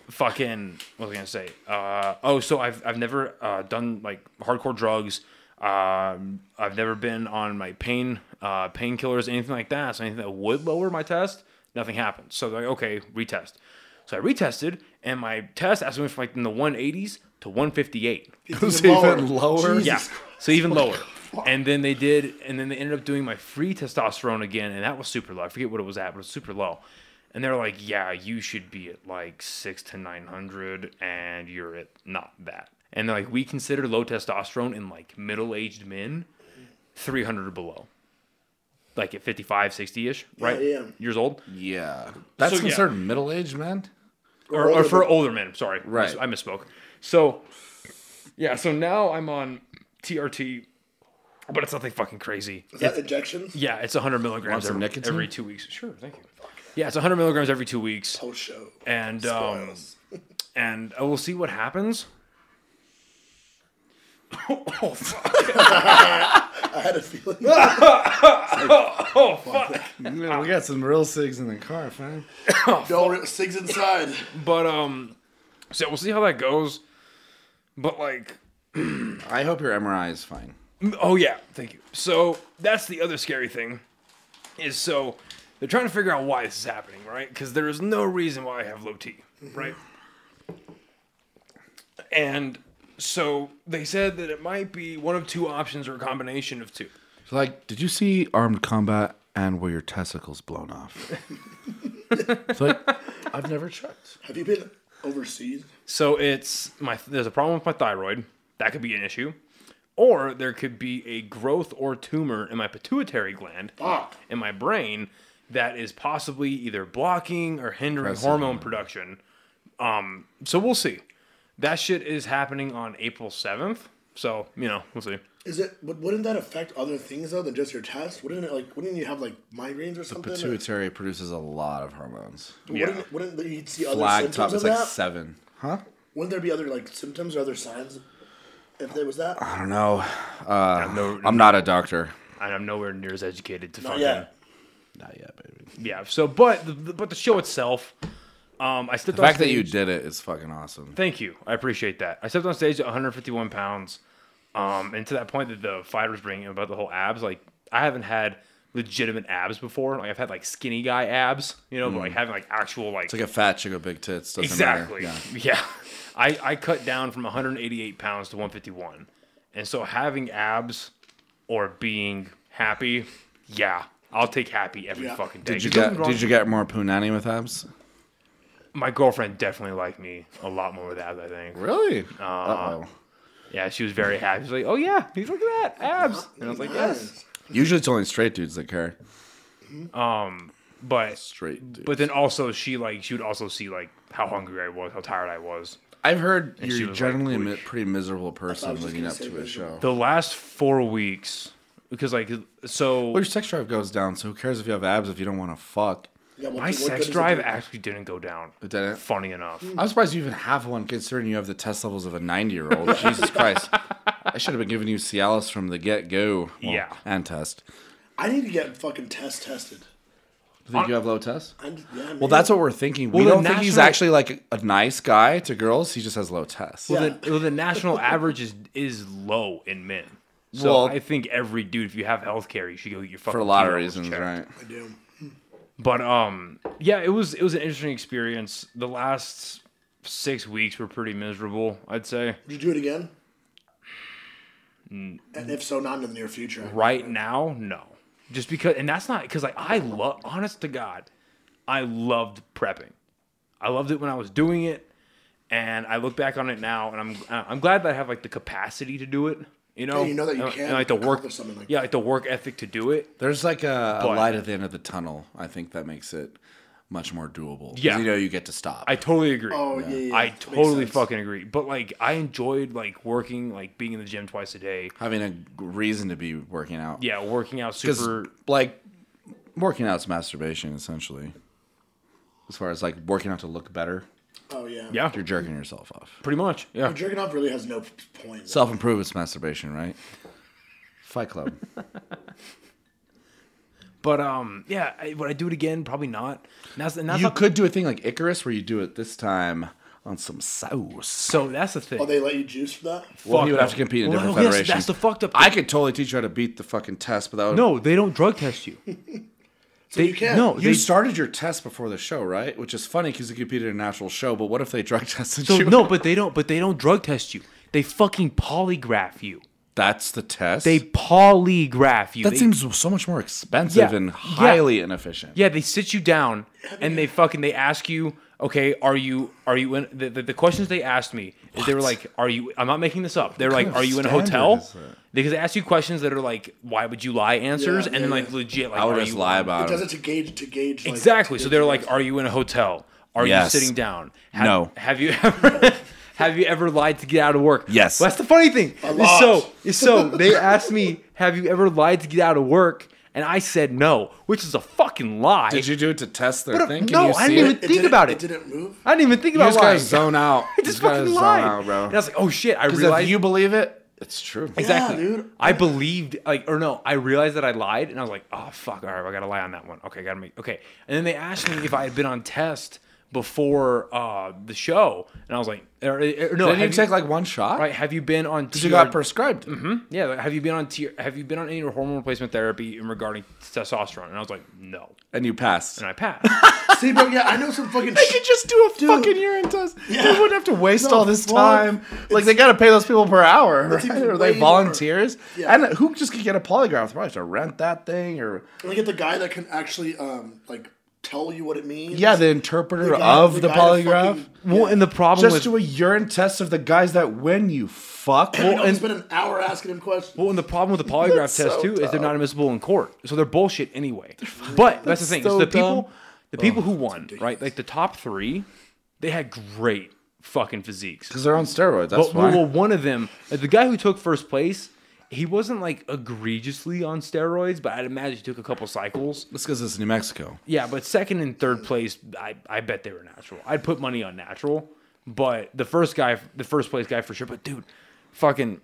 fucking what was I gonna say? Uh oh, so I've I've never uh done like hardcore drugs. Um I've never been on my pain uh painkillers, anything like that. So anything that would lower my test, nothing happened. So they're like, okay, retest. So I retested and my test asked me from like in the one eighties to one fifty eight. It's was even lower? Jesus Yeah. Christ. So even lower. And then they did, and then they ended up doing my free testosterone again, and that was super low. I forget what it was at, but it was super low. and they're like, "Yeah, you should be at like six to nine hundred, and you're at not that." And they're like, "We consider low testosterone in like middle-aged men, three hundred or below, like at 55, 60 ish, right? yeah. Years old, Yeah, that's So, yeah. considered middle aged, man. or, or for older men. Sorry, Right. I misspoke. So, yeah. So now I'm on TRT, but it's nothing fucking crazy. Is that injections? Yeah, it's 100 milligrams some every, nicotine? every two weeks. Sure, thank you. Yeah, it's 100 milligrams every two weeks, Post Oh, show. and um, and I will see what happens. [coughs] oh fuck! I had [laughs] a feeling. Oh fuck! we got some real cigs in the car, fam. no real SIGs inside. But um, so we'll see how that goes. But like, I hope your MRI is fine. Oh yeah, thank you. So that's the other scary thing, is so they're trying to figure out why this is happening, right? Because there is no reason why I have low T, right? And so they said that it might be one of two options or a combination of two. So, like, did you see armed combat and were your testicles [laughs] blown off? it's like, I've never checked. Have you been overseas? So it's my there's a problem with my thyroid that could be an issue, or there could be a growth or tumor in my pituitary gland Fuck. in my brain that is possibly either blocking or hindering Pressing hormone production. Um, so we'll see. That shit is happening on April seventh. So you know we'll see. Is it? But wouldn't that affect other things though than just your test? Wouldn't it like? Wouldn't you have like migraines or something? Or- Pituitary produces a lot of hormones. Yeah. Wouldn't, wouldn't you see other Flag symptoms top of is that? like seven. Huh? wouldn't there be other like symptoms or other signs if there was that? Ah, I don't know. I'm, no, Ah, I'm not a doctor. and I'm nowhere near as educated to Not fucking yet. Not yet, baby. yeah. So but the, the- but the show itself, um, I stepped The on fact that you stage- did it is fucking awesome. Thank you. I appreciate that. I stepped on stage at 151 pounds. Um, and to that point that the fighters bringing about the whole abs, like I haven't had legitimate abs before. Like I've had like skinny guy abs, you know, but like having like actual like, Mm. It's like a fat chick with big tits. Doesn't exactly, [laughs] Matter. yeah. I I cut down from 188 pounds to 151, and so having abs or being happy, yeah, I'll take happy every Yeah. fucking day. Did you There's nothing get wrong- Did you get more punani with abs? My girlfriend definitely liked me a lot more with abs. I think. Really? Uh-oh. Yeah, she was very happy. She's like, "Oh yeah, he's look at that abs," and I was like, "Yes." Usually it's only straight dudes that care. But Straight dudes. but then also she like she would also see like how hungry I was, how tired I was. I've heard she you're was generally like, a mi- "Oosh." pretty miserable I person was just leading gonna up say to a miserable. show. The last four weeks, because like so Well, your sex drive goes down, so who cares if you have abs if you don't want to fuck? Yeah, what- my what good sex is it drive doing? actually didn't go down. It didn't? Hmm. Funny enough, I'm surprised you even have one considering you have the test levels of a 90 [laughs] year old. Jesus Christ. I should have been giving you Cialis from the get go. Yeah. And test. I need to get fucking test tested. You think you have low test? I'm, yeah, Well, that's what we're thinking. Well, we the don't think he's national- actually like a nice guy to girls. He just has low test. Yeah. the, well, the [laughs] national average is is low in men. So Well- I think every dude, if you have health care, you should go get your fucking For a lot of TRs reasons, checked. right? I do. But um, yeah, it was it was an interesting experience. The last six weeks were pretty miserable, I'd say. Would you do it again? And if so, not in the near future. Mm. right now no just because and that's not because like i love honest to god i loved prepping i loved it when i was doing it and i look back on it now and i'm i'm glad that i have like the capacity to do it you know Yeah, you know that you and, can and, like the work accomplish something like yeah like the work ethic to do it There's like a, a But- light at the end of the tunnel. I think that makes it much more doable. 'Cause Yeah. You know, you get to stop. i totally agree Oh yeah, yeah, yeah. i Makes totally sense. fucking agree but like i enjoyed like working like being in the gym twice a day Having a g- reason to be working out. yeah working out Because, super like, working out's masturbation, essentially. As far as like working out to look better, Oh yeah. yeah you're jerking yourself off. pretty much yeah Jerking off really has no p- point. Self improvement's masturbation, right? Fight Club. but um yeah I, would i do it again probably not and that's, and that's you not- could do a thing like Icarus where you do it this time on some sauce. so that's the thing oh, they let you juice for that? Well, Fuck he would no. have to compete in a Well, different no, yes, federation. that's the fucked up I thing. could totally teach you how to beat the fucking test, but that would No, they don't drug test you. So They- you can. no, You they- started your test before the show, right? Which is funny because you competed in an actual show. But what if they drug [laughs] tested So you? no, but they don't. But they don't drug test you. They fucking polygraph you. That's the test. They polygraph you. that They- seems so much more expensive Yeah, and yeah. highly inefficient. yeah, they sit you down and they fucking they ask you, okay, are you are you in the, the, the questions they asked me? is They were like, are you? I'm not making this up. They're like, kind of are you in a standard hotel? is that? Because they ask you questions that are like, why would you lie? Answers Yeah, and then yeah, like yeah. legit like, I would are just you lie lying? about It does it. it to gauge to gauge like, Exactly. to So gauge they're your like, "Are you in a hotel? Are Yes. you sitting down? Have, No. Have you [laughs] ever? Have you ever lied to get out of work? Yes. Well, that's the funny thing. Is lot. So, is so they asked me, "Have you ever lied to get out of work?" And I said no, which is a fucking lie. Did you do it to test their But, uh, thinking? no, you I see didn't it? even- think didn't- about It it. didn't move. [laughs] I didn't even think You about just gotta lying. zone out. I [laughs] You just gotta fucking zone lied. out, bro. And I was like, "Oh shit!" I Because realized if you believe it, it's true. exactly. dude. I believed like or no, I realized that I lied and I was like, oh fuck, all right, I gotta lie on that one. Okay, gotta make okay. And then they asked me if I had been on test before uh the show, and I was like, or, or, no, Didn't you have take like one shot? right? Mm-hmm. Have you been on? You TR- got prescribed. yeah, like, have you been on? T- have you been on any hormone replacement therapy in regarding testosterone? And I was like, no, And you passed. and I passed. See, bro, yeah, I know some fucking. They sh- could just do a fucking urine test. They wouldn't have to waste No, all this fuck. time. Like they gotta pay those people per hour, right? even Are they way more. volunteers? Yeah. And who just could get a polygraph? They Probably have to rent that thing or Look at the guy that can actually um like tell you what it means. yeah, the interpreter The guy- of the, guy that polygraph. fucking- [laughs] well, and the problem Just with do a urine test of the guys that win. You fuck. I know, it's been an hour asking him questions. Well, and the problem with the polygraph That's test so too is they're dumb. not admissible in court, so they're bullshit anyway. But that's the thing: so is the people, dumb. Oh, the people who won, right? Like the top three, they had great fucking physiques. Because they're on steroids. That's But why. well, well, one of them, uh, the guy who took first place, he wasn't like egregiously on steroids, but I'd imagine he took a couple cycles. That's because it's New Mexico. Yeah, but second and third place, I, I bet they were natural. I'd put money on natural, but the first guy, the first place guy for sure. But dude, fucking,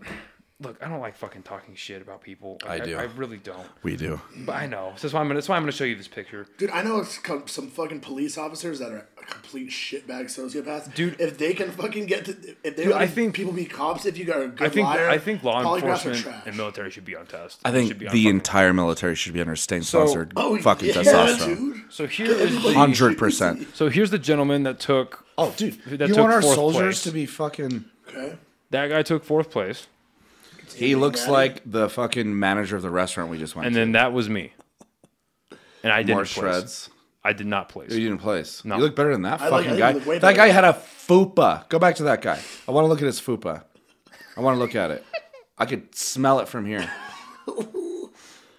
look, I don't like fucking talking shit about people. Like, I do. I, really don't. We do. But I know. So that's why I'm gonna. That's why I'm gonna show you this picture. Dude, I know it's co- some fucking police officers that are complete shitbag sociopaths. Dude. if they can fucking get to, if they, I let think- people be cops. If you got a good I think. liar, I think law polygraphs are enforcement trash. and military should be on test. I Should think be on the fucking- entire military should be under state-sponsored Oh, fucking yeah, testosterone. dude. So here is the, Hundred percent. [laughs] So here's the gentleman that took. Oh, dude, That you took want our fourth soldiers place. to be fucking? Okay. That guy took fourth place, He looks Maddie. like the fucking manager of the restaurant we just went and to. then that was me. And I didn't More place. shreds. I did not place. You didn't place. You look better than that like- fucking I guy. look way That better guy than had a fupa. Go back to that guy. I want to look at his fupa. I want to look at it. I could smell it from [laughs] here.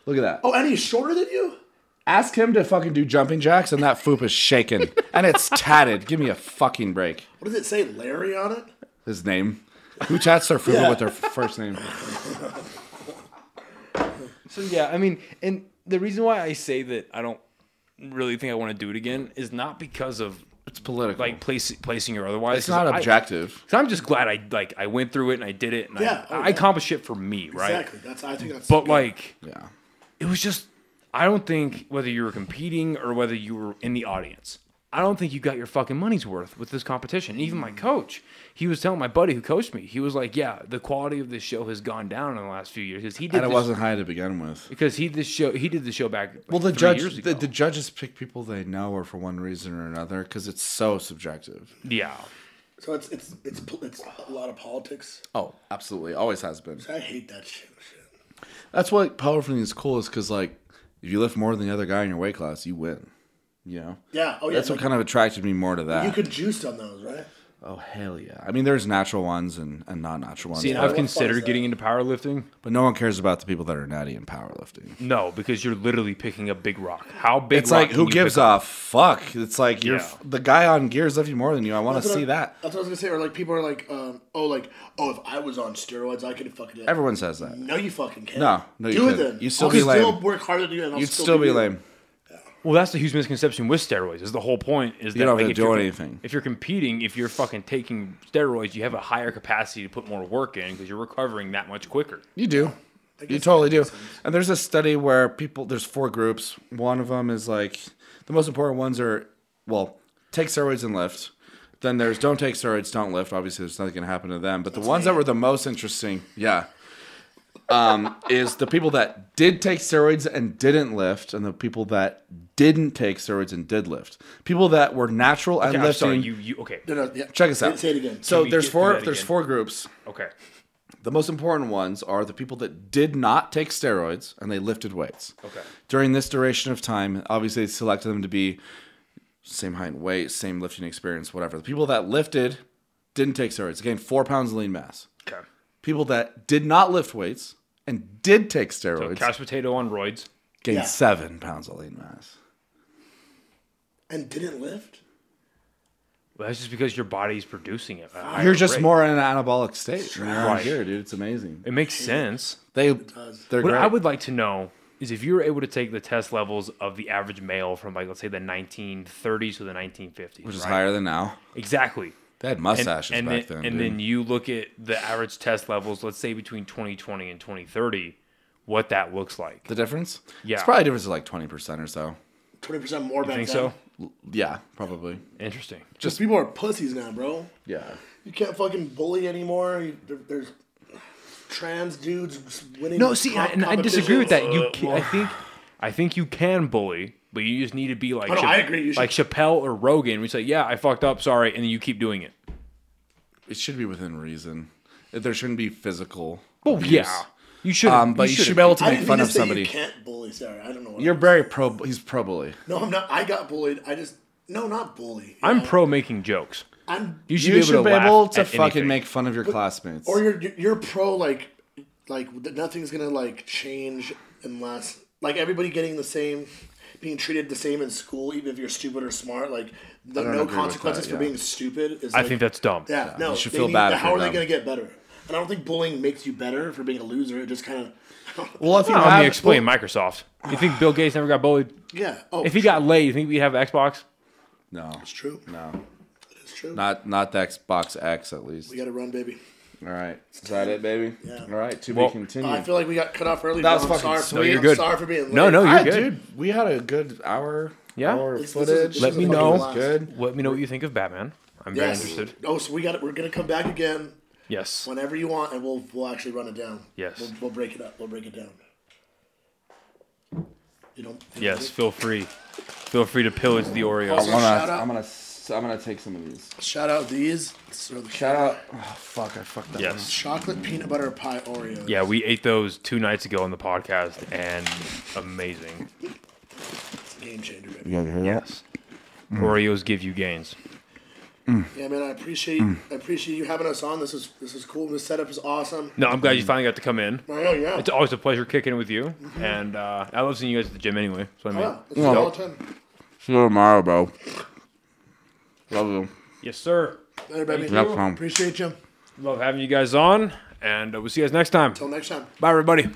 Look at that. Oh, and he's shorter than you. Ask him to fucking do jumping jacks, and that fupa's shaking and it's tatted. Give me a fucking break. What does it say, Larry, on it? His name. Who tats their fupa with their f- first name? So yeah, I mean, and the reason why I say that I don't really think I want to do it again is not because of It's political. like place, placing or otherwise. it's not objective. I, am just glad I like I went through it and I did it and Yeah, I, oh, I yeah. accomplished it for me, right? Exactly. That's. I think that's. But good. like, yeah. it was just I don't think whether you were competing or whether you were in the audience. I don't think you got your fucking money's worth with this competition. And Even Mm. my coach, he was telling my buddy who coached me, he was like, "Yeah, the quality of this show has gone down in the last few years because he did And it this- wasn't high to begin with. because he this show he did the show back like, Well, the three years judge, ago. the, the judges pick people they know, or for one reason or another, because it's so subjective. yeah so it's it's it's pol- it's a lot of politics. Oh, absolutely, always has been. I hate that shit. shit. That's what powerlifting is cool, is because like if you lift more than the other guy in your weight class, you win. You know, Yeah. Oh yeah. that's what like, kind of attracted me more to that. you could juice on those, right? oh hell yeah! I mean, there's natural ones and, and not natural ones, see and but, i've considered getting into powerlifting but no one cares about the people that are natty in powerlifting. no because you're literally picking a big rock how big It's rock like can who you gives pick a fuck? It's like you're Yeah. f- the guy on gears lifting more than you. I want to That's what see I- that. That's what I was gonna say. Or like people are like, um, oh, like, oh, if I was on steroids, I could fucking. Everyone says that. No, you fucking can't. No, no, you Do it couldn't. then. You'd still I'll be Still lame. work harder than you, and I'll You'd still be you. lame. well that's the huge misconception with steroids is the whole point is that don't have like, to if do you're- anything. if you're competing if you're fucking taking steroids you have a higher capacity to put more work in because you're recovering that much quicker You do. You totally do. And there's a study where people there's four groups. One of them is like the most important ones are well, take steroids and lift. Then there's don't take steroids, don't lift. Obviously, there's nothing gonna happen to them. But the ones that were the most interesting, yeah, um, [laughs] is the people that did take steroids and didn't lift, and the people that didn't take steroids and did lift. People that were natural and yeah, i'm lifting. sorry you you okay No, no, yeah. Check this Say- out. Say it again. So we there's get through four. that There's again? four groups. okay The most important ones are the people that did not take steroids and they lifted weights. Okay. During this duration of time, obviously they selected them to be same height and weight, same lifting experience, whatever. The people that lifted didn't take steroids, gained four pounds of lean mass. Okay. People that did not lift weights and did take steroids Couch potato on roids. gained Yeah. seven pounds of lean mass. and didn't lift. Well, that's just because your body's producing it. at a higher You're just rate. more in an anabolic state. than you're Right. here, dude. It's amazing. It makes sense. They, does. they're What great. I would like to know is if you were able to take the test levels of the average male from like let's say the 1930s to the 1950s, which is right? higher than now. Exactly. They had And, mustaches and back then, then. and dude. then you look at the average test levels, let's say between 2020 and 2030, what that looks like. the difference? Yeah. It's probably a difference of like 20% or so. Twenty percent more back think then. so? Yeah, probably. Interesting. Just people are pussies now, bro. Yeah. You can't fucking bully anymore. You, there, there's trans dudes winning. No, see, I, comp- and I disagree with that. You, competitions. ca- I think, I think you can bully, but you just need to be like, Oh, no, I agree, you like Chappelle or Rogan. We say, yeah, I fucked up, sorry, and then you keep doing it. It should be within reason. There shouldn't be physical. Well, abuse. Oh, yeah, you should. Um, but you, should be able to I make didn't fun mean of to say somebody. You can't bully Sarah. I don't know. What You're I'm- very pro. He's pro bully. No, I'm not. I got bullied. I just no, not bully. I'm pro making jokes. I'm You should You be able should to, be laugh able to at fucking anything. make fun of your classmates. or you're you're pro like like that nothing's gonna like change unless like everybody getting the same being treated the same in school even if you're stupid or smart like the, don't no agree with consequences that, for yeah. being stupid is I like, think that's dumb. yeah, no you should they feel need- bad if how you're are they dumb. gonna get better and I don't think bullying makes you better for being a loser it just kind of well, if you Let have, me explain [sighs] Microsoft. You think Bill Gates never got bullied? [laughs] yeah oh If he got laid, you think we'd have Xbox? No, it's true no, it's true not not the Xbox X at least. we gotta run baby All right, is that it, baby? Yeah. All right, to Well, be continued. I feel like we got cut off That early bro. was I'm fucking sorry for sweet. No, being- you're I'm good. sorry for being No, late. no, you're Ah, good. dude, we had a good hour. Yeah. hour This- this is- footage. this Let is me a fucking know. blast. Good. Let me know what you think of Batman. I'm very Yes. interested. Oh, so we got it. We're gonna come back again Yes. whenever you want, and we'll we'll actually run it down. Yes. We'll, we'll break it up. We'll break it down. You don't. you Yes. don't Feel free. Feel free to pillage the Oreos. I Also- wanna, Shout out. I'm gonna. s- I'm gonna take some of these. think- Shout out these. So the Shout out. Oh, fuck, I fucked that. Yes. chocolate peanut butter pie Oreos. Yeah, we ate those two nights ago on the podcast, and amazing. It's a game changer. Baby. You guys hear that? Oreos give you gains. Yeah, man. I appreciate I appreciate you having us on. This is this is cool. This setup is awesome. No, I'm glad you finally got to come in. I know. Yeah. It's always a pleasure kicking it with you, Mm-hmm. and uh, I love seeing you guys at the gym anyway. So I mean, Oh, yeah, this is all the time. See you tomorrow, bro. Love you. yes, sir. Later, baby. Thank you. problem. Appreciate you. Love having you guys on, and uh, we'll see you guys next time. Till next time. Bye, everybody.